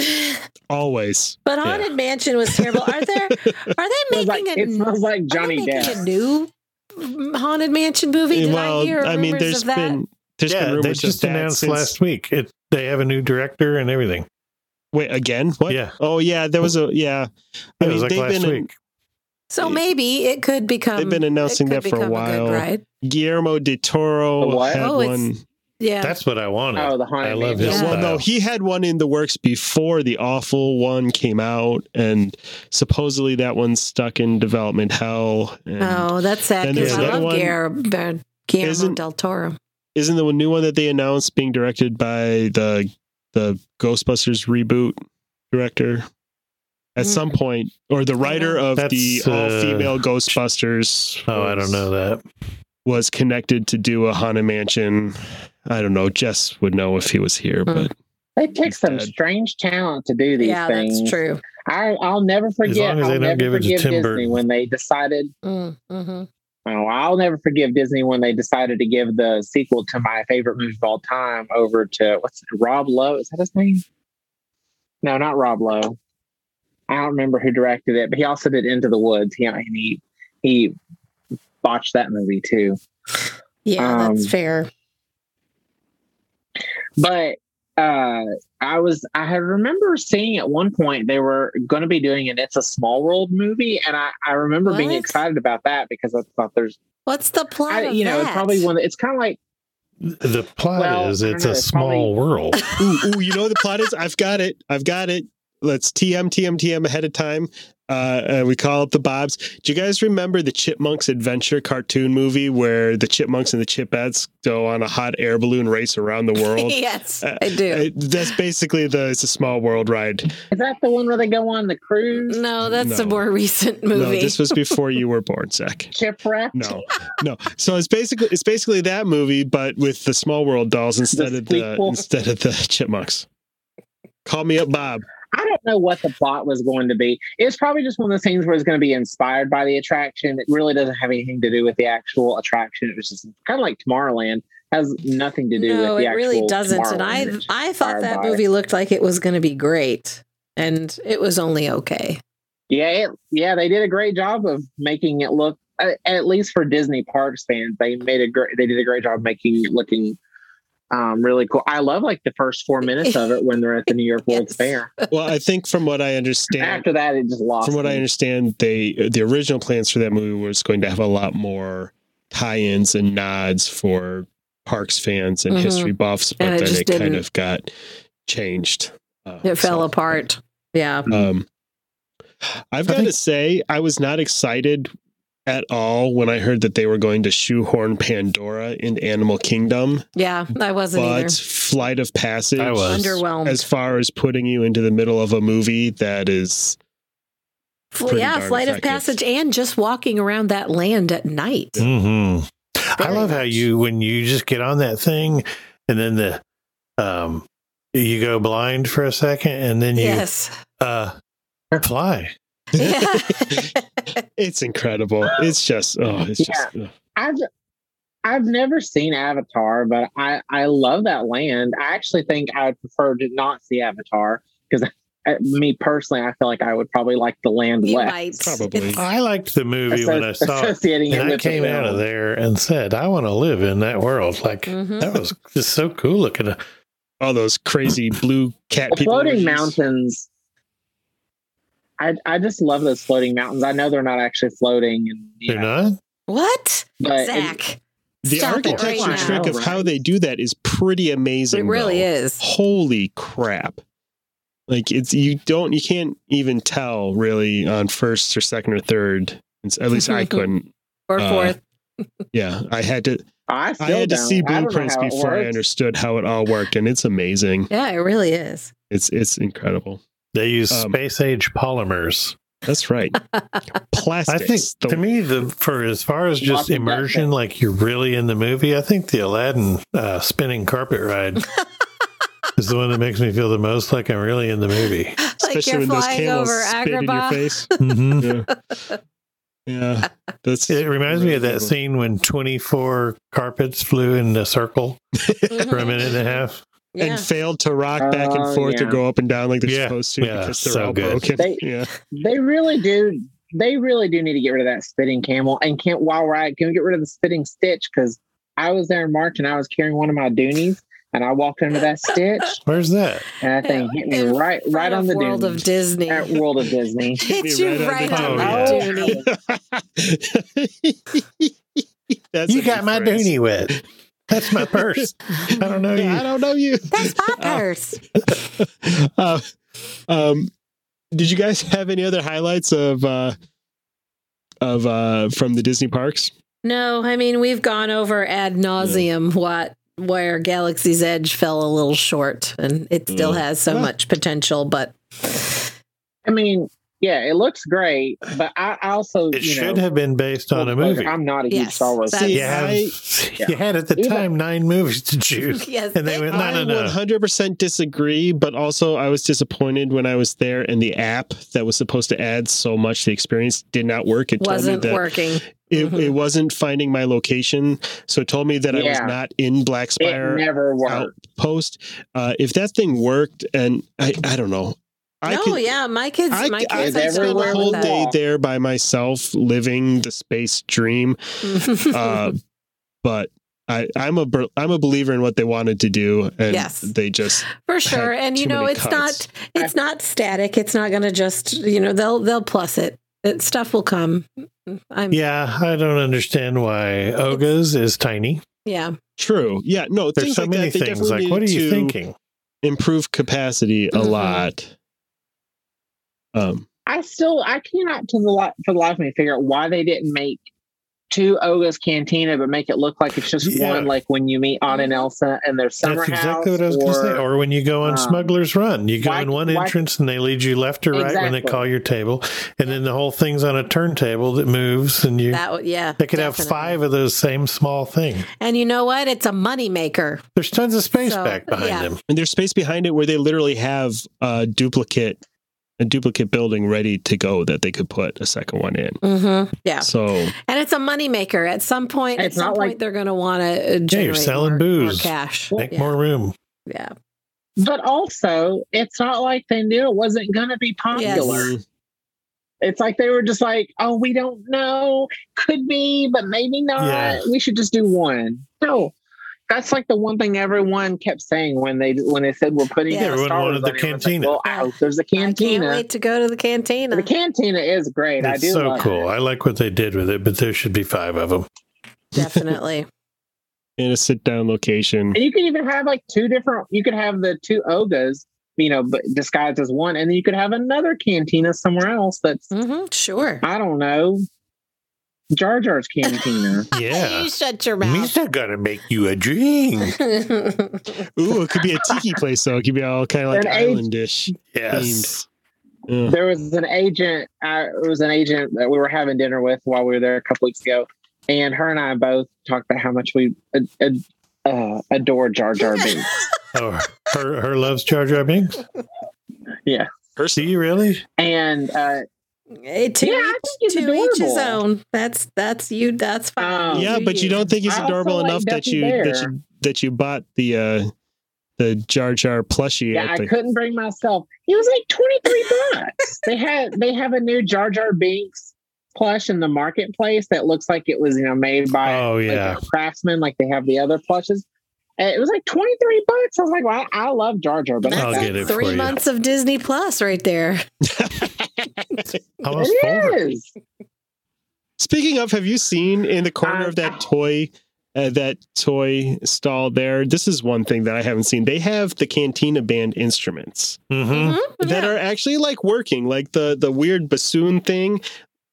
Always. But Haunted Mansion was terrible. Are there are they making Smells like- a, it smells like are they Johnny making Depp. a new Haunted Mansion movie? Did I hear rumors mean, there's of that? been there's been yeah, rumors they of just that announced since- last week. It, they have a new director and everything. Wait, again? What? Yeah. Oh, yeah. There was a yeah. I It mean, was like they've last been week. so maybe it could become. they've been Um, it announcing could that for become a good while. ride? Guillermo de The Toro what? had Oh, one. it's- Yeah. That's what I wanted. Oh, the haunted I love mansion. his Yeah. Well, no, style. he had one in the works before the awful one came out, and supposedly that one's stuck in development hell. And oh, that's sad Then because there's I love another one. Guillermo, Guillermo Isn't- del Toro. Isn't the new one that they announced being directed by the the Ghostbusters reboot director? At Mm. some point, or the writer of the That's, uh, all female Ghostbusters. Oh, I don't was- know that. was connected to do a Haunted Mansion. I don't know. Jess would know if he was here, Hmm. but They pick some Instead. strange talent to do these Yeah, things. that's true. I, I'll never forget. long as I'll they don't never give it to forgive Tim Disney Burton. when they decided. Mm, mhm. Oh, I'll never forgive Disney when they decided to give the sequel to my favorite movie of all time over to what's it, Rob Lowe? Is that his name? No, not Rob Lowe. I don't remember who directed it, but he also did Into the Woods. He and he he botched that movie too. Yeah, that's Um, fair. but uh i was i had remember seeing at one point they were going to be doing an it's a small world movie and i i remember being What? excited about that because i thought there's What's the plot? I, of you know that? it's probably one that, it's kind of like The plot Well, is I don't it's know, a it's probably- small world. ooh, ooh, you know what the plot is? I've got it. I've got it. Let's TM TM TM ahead of time. Uh, uh, we call up the Bobs. Do you guys remember the Chipmunks Adventure cartoon movie where the Chipmunks and the Chipettes go on a hot air balloon race around the world? yes, Uh, I do. Uh, that's basically the it's a small world ride. is that the one where they go on the cruise no, that's a no. more recent No, movie. this was before you were born, Zach. shipwreck No, no. So it's basically it's basically that movie, but with the Small World dolls instead of the sequel. instead of the chipmunks. Call me up, Bob. i don't know what the plot was going to be it's probably just one of those things where it's going to be inspired by the attraction it really doesn't have anything to do with the actual attraction it was just kind of like tomorrowland has nothing to do no, with the it really actual doesn't. And Tomorrowland. I, It's I thought inspired that by it. movie looked like it was going to be great, and it was only okay. Yeah, it, yeah, they did a great job of making it look. uh, At least for Disney parks fans, they made a great. They did a great job making it looking um, really cool. I love like the first four minutes of it when they're at the New York World's Yes. Fair. Well, I think from what I understand, After that, it just lost. from what I me. understand, they the original plans for that movie was going to have a lot more tie-ins and nods for parks fans and Mhm. history buffs, but And it then just it kind didn't. of got changed. Uh, It fell so- apart. Yeah, Um, I've I got to think- say, I was not excited at all when I heard that they were going to shoehorn Pandora into Animal Kingdom, yeah, I wasn't but Flight of Passage, I either. was. Underwhelmed. as far as putting you into the middle of a movie that is, Fl- pretty yeah, darn flight of effective. Mm, passage and just walking around that land at night. hmm I Very love how much. you when you just get on that thing and then the um you go blind for a second and then you Yes. uh fly. Yeah. it's incredible. It's just oh, it's just ugh. I've I've never seen Avatar, but I I love that land. I actually think I would prefer to not see Avatar because me personally, I feel like I would probably like the land you less. might. Probably. It's- I liked the movie when I Asso- saw it. associating it And I with the came out of world. there and said, I want to live in that world. Like Mhm. that was just so cool looking. Uh, all those crazy blue cat The people. floating emojis. mountains. I I just love those floating mountains. I know they're not actually floating, and They're yeah, not? What? but it- Zach. The stop it right architecture now. trick of how they do that is pretty amazing. It really though. is. Holy crap. Like it's you don't you can't even tell really on first or second or third. It's- At least I couldn't. Or Uh, fourth. Yeah, I had to I, I still had to don't- see I don't know blueprints how it before I works. understood how it all worked and it's amazing. yeah, it really is. It's it's incredible. They use Um, space age polymers. That's right. I Plastics. think the- to me, the for as far Lots as of just that immersion, thing. like you're really in the movie, I think the Aladdin uh, spinning carpet ride is the one that makes me feel the most like I'm really in the movie. like you're flying over spit in your Agrabah. face. Mhm. Yeah. yeah. That's It reminds me of that Unbelievable. scene when 24 carpets flew in a circle for a minute and a half. Yeah. and failed to rock back and Oh, forth or yeah. go up and down like they're Yeah, supposed to yeah, because they're so all good. broken. They- yeah. They really do. They really do need to get rid of that spitting camel. And can't while we're at, it, can we get rid of the spitting stitch? Because I was there in March and I was carrying one of my doonies, and I walked under that stitch, Where's that? and that thing hit me In right right Front on of the World of doonies. Disney. At World of Disney. Hit Hit you me right right on on the the Oh, dooney. That's you a got good my phrase. dooney wet. That's my purse. I don't know Yeah, I you. don't know you. That's Oh. my purse. Uh, um, did you guys have any other highlights of uh, of uh, from the Disney parks? No, I mean we've gone over ad nauseum what where Galaxy's Edge fell a little short, and it still Yeah. has so Mm. Well- much potential. But I mean, yeah, it looks great, but I I also It you should know, have been based on a full disclosure, movie. I'm not a huge Yes, Star Wars. that's- fan. You, have, I- you had at the Even- time nine movies to choose. yes, And they went, no, I no, no. 100% disagree, but also I was disappointed when I was there and the app that was supposed to add so much to the experience did not work. It told me wasn't that working. it, Mhm. it wasn't finding my location, so it told me that I was Yeah. not in Black It Spire never worked. Outpost. Uh, if that thing worked, and I, I don't know, I no, could, yeah, my kids, I, my I kids could spend had everywhere trouble a we whole with day walk. there by myself, living the space dream. that. Uh, but I, I'm a bel- I'm a believer in what they wanted to do, and Yes. they just For sure, and you too know many it's cuts. not it's not static. It's not going to just you know they'll they'll plus it. it. Stuff will come. I'm yeah. Yeah, I don't understand why Oga's is tiny. True. Yeah. No. There's things so like many that, they things. definitely Like, what are need you Mm-hmm. to thinking? Improve capacity a Mhm. lot. Um. I still I cannot to the li- for the life of me figure out why they didn't make two Oga's Cantina, but make it look like it's just Yeah. one. Like when you meet Anna and Elsa and their summer That's house. exactly what I was going to say. Or when you go on um, Smuggler's Run, you go why- in one why- entrance and they lead you left or right when they Exactly. call your table, and then the whole thing's on a turntable that moves, and you that would- yeah. they could have definitely. five of those same small things. and you know what? It's a moneymaker. There's tons of space So, back behind yeah. them. And there's space behind it where they literally have a duplicate, a duplicate building ready to go that they could put a second one in. Mm-hmm. Yeah, So and it's a moneymaker. At some point, at It's some not point, like- they're going to want to generate Yeah, you're selling more, booze. more cash. Make yeah. more room. Yeah, but also, it's not like they knew it wasn't going to be popular. Yes. It's like they were just like, "Oh, we don't know. Could be, but maybe not. Yeah. We should just do one." No, that's like the one thing everyone kept saying when they when they said we're putting Yeah. out Everyone Star Wars wanted the on it. It was like, cantina. well, I hope there's a cantina. I can't wait to go to the cantina. The cantina is great. I It's do so love cool. It. I like what they did with it, but there should be five of them. Definitely. in a sit down location. And you can even have like two different. You could have the two ogas, you know, but disguised as one, and then you could have another cantina somewhere else. That's hmm Sure. I don't know, Jar Jar's cantina. Yeah. You shut your mouth. Misa gonna make you a drink. Ooh, it could be a tiki place though. It could be all kind of like An age- islandish. Yes. Yeah. there was an agent. I, it was an agent that we were having dinner with while we were there a couple weeks ago, and her and I both talked about how much we uh, uh, uh, adore Jar Jar Binks. Oh, her, her loves Jar Jar Binks? Yeah. Do you really? and uh, Eh, To, Yeah, I each, think he's to each his adorable. own. That's that's you. That's fine. Um, yeah, but you don't think he's I also adorable like enough that Duffy you, that Bear. you that you bought the uh the Jar Jar plushie yeah, at I the couldn't bring myself. It was like twenty three bucks. they had they have a new Jar Jar Binks plush in the marketplace that looks like it was you know made by Oh, like, a yeah. craftsman, like they have the other plushes. And it was like twenty three bucks. I was like, well, I, I love Jar Jar, but That's I'll like get it for three you. months of Disney Plus right there. Almost four. it is. Speaking of, have you seen in the corner Um, of that toy, uh, that toy stall there? This is one thing that I haven't seen. They have the Cantina Band instruments Mm-hmm. Mhm, Hmm. that yeah. are actually like working, like the the weird bassoon thing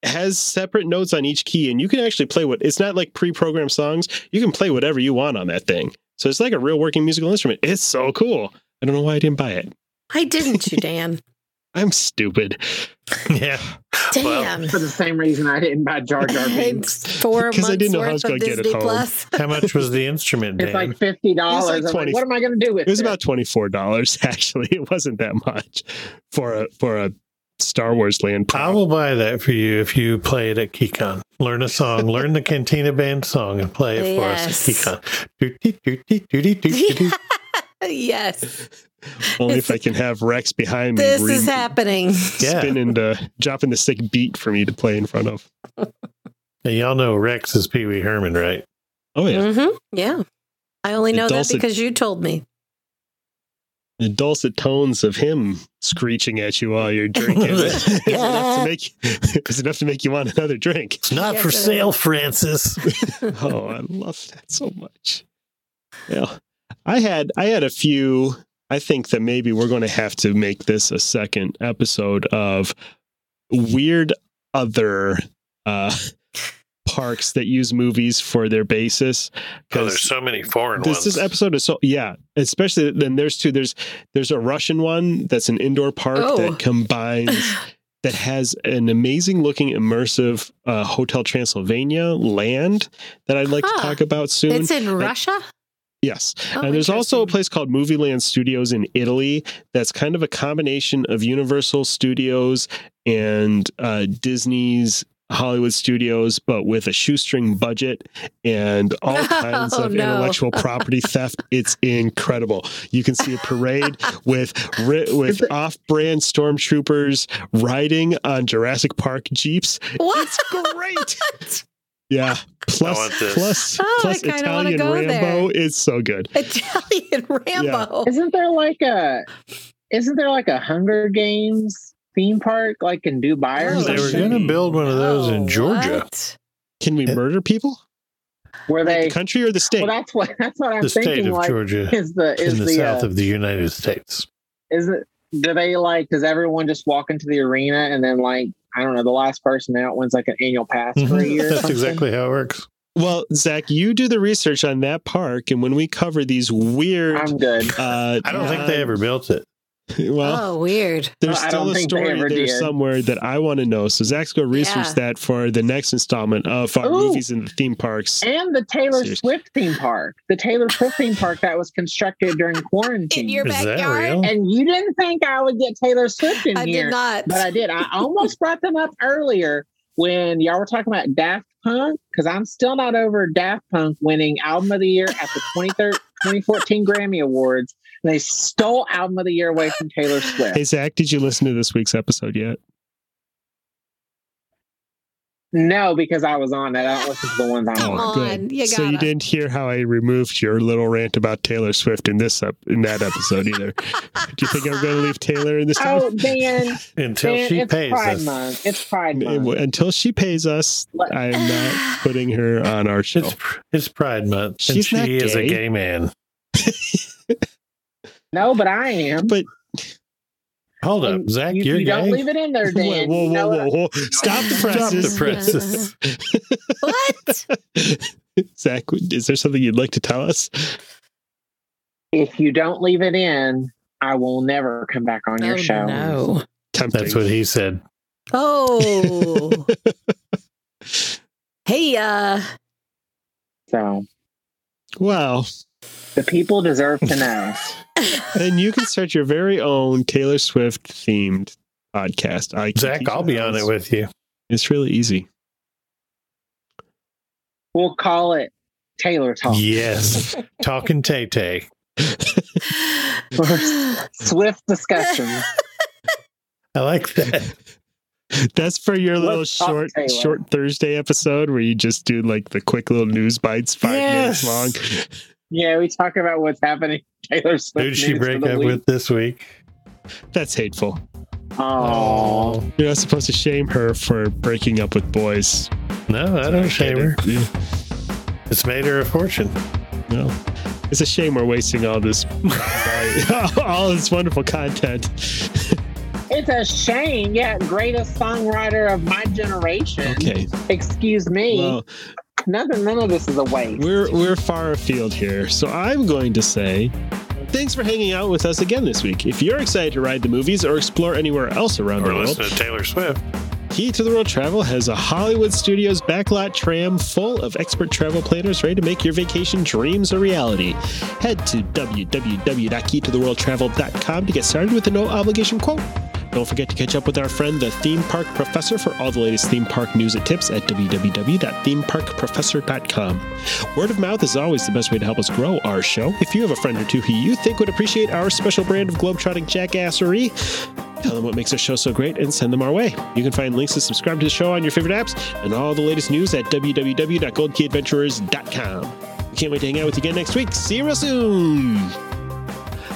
has separate notes on each key, and you can actually play what it's not like pre-programmed songs. You can play whatever you want on that thing. So it's like a real working musical instrument. It's so cool. I don't know why I didn't buy it. I didn't you, Dan? I'm stupid. Yeah. Damn. For the same reason I didn't buy Jar Jar Binks. It's Four 'Cause months I didn't know how I was worth gonna of get it Disney home. Plus. How much was the instrument, Dan? It's like fifty dollars. It was like 20 I'm what am I going to do It with was this? about twenty four dollars actually. It wasn't that much for a for a Star Wars Land. I prop. will buy that for you if you play it at KeyCon. Learn a song, learn the Cantina Band song, and play it for us at KeyCon. Doo-dee, doo-dee, doo-dee, doo-dee, doo. yes. Only if I can have Rex behind me. This re- is happening. Yeah, Spinning the dropping the sick beat for me to play in front of. and y'all know Rex is Pee Wee Herman, right? Oh yeah, hmm Yeah. I only The know that dulcet- because you told me. the dulcet tones of him screeching at you while you're drinking is enough to make is enough to make you want another drink. It's not Yes, for it is. sale, Francis. oh, I love that so much. Yeah. I had I had a few I think that maybe we're going to have to make this a second episode of weird other uh parks that use movies for their basis Oh, there's so many foreign this this ones. episode is so yeah especially then there's two there's there's a russian one that's an indoor park Oh. that combines that has an amazing looking immersive uh, hotel transylvania land that i'd like Huh. to talk about soon It's in Russia. yes Oh, and there's also a interesting. place called movie land studios in italy that's kind of a combination of universal studios and uh, disney's Hollywood studios, but with a shoestring budget and all Oh, kinds of no. intellectual property theft. It's incredible. You can see a parade with ri- with off-brand stormtroopers riding on Jurassic Park jeeps. What? It's great. Yeah. Plus, want this. plus, Oh, I plus kinda wanna Italian go Rambo. It's so good. Italian Rambo. Isn't there like a isn't there like a Hunger Games theme park like in Dubai or Oh, they were something? going to build one of those Oh, in Georgia. what? Can we Yeah. murder people? Where The they country or the state? well that's what that's what I'm The state thinking of like Georgia is the is in the, the, south uh, of the United States. is it do they like does everyone just walk into the arena and then like I don't know the last person out wins like an annual pass for a Mhm. year or That's something? exactly how it works. well, Zach, you do the research on that park, and when we cover these weird, I'm good. uh, I don't think they ever built it. Well, oh, weird. There's I still don't a think they story ever there did. somewhere that I want to know. So Zach's going to research Yeah. that for the next installment of our Ooh. movies in the theme parks. And the Taylor Seriously. Swift theme park. The Taylor Swift theme park that was constructed during quarantine. In your Is that backyard? real? and you didn't think I would get Taylor Swift in I here. did not. but I did. I almost brought them up earlier when y'all were talking about Daft Punk because I'm still not over Daft Punk winning Album of the Year at the 23rd 2014 Grammy Awards. And they stole Album of the Year away from Taylor Swift. Hey Zach, did you listen to this week's episode yet? No, because I was on that. I don't listen to the ones I'm Come on. on. you Oh, so you gotta. didn't hear how I removed your little rant about Taylor Swift in this up in that episode either. Do you think I'm going to leave Taylor in this time? Oh, Dan, Until Dan she it's pays Pride us. Month. It's Pride Month. Until she pays us, Let- I am not putting her on our show. It's, it's Pride Month. She's and not she is a gay. gay man. No, but I am. But Hold up, And Zach, you you're you gay. don't leave it in there, Dan. whoa, You whoa, know whoa, what I- whoa, whoa! Stop the Stop the presses. press. presses. what? Zach, is there something you'd like to tell us? If you don't leave it in, I will never come back on your Oh, show. no. Tempting. That's what he said. Oh. hey, uh, So Wow. The people deserve to know. And you can start your very own Taylor Swift themed podcast. I Zach, I'll be on it with you. It's really easy. we'll call it Taylor Talk Yes. Talking Tay Tay. or Swift Discussion. I like that. That's for your little Let's talk, short Taylor. short Thursday episode where you just do like the quick little news bites, five minutes Yes. long. yeah, we talk about what's happening. Taylor Swift. Who did she news for break the up week. with this week? That's hateful. Oh, You're not supposed to shame her for breaking up with boys. No, I don't shame her. Yeah, It's made her a fortune. no. It's a shame we're wasting all this all this wonderful content. it's a shame. Yeah, greatest songwriter of my generation. Okay. Excuse me. Well, Nothing. None of this is a waste. we're we're far afield here, so I'm going to say thanks for hanging out with us again this week. If you're excited to ride the movies or explore anywhere else around Or the world, listen to Taylor Swift. Key to the World Travel has a Hollywood Studios backlot tram full of expert travel planners ready to make your vacation dreams a reality. Head to www.keytotheworldtravel.com to get started with a no obligation quote. Don't forget to catch up with our friend, the Theme Park Professor, for all the latest theme park news and tips at www.themeparkprofessor.com. Word of mouth is always the best way to help us grow our show. If you have a friend or two who you think would appreciate our special brand of globetrotting jackassery, Tell them what makes our show so great and send them our way. You can find links to subscribe to the show on your favorite apps and all the latest news at www.goldkeyadventurers.com. We can't wait to hang out with you again next week. See you real soon.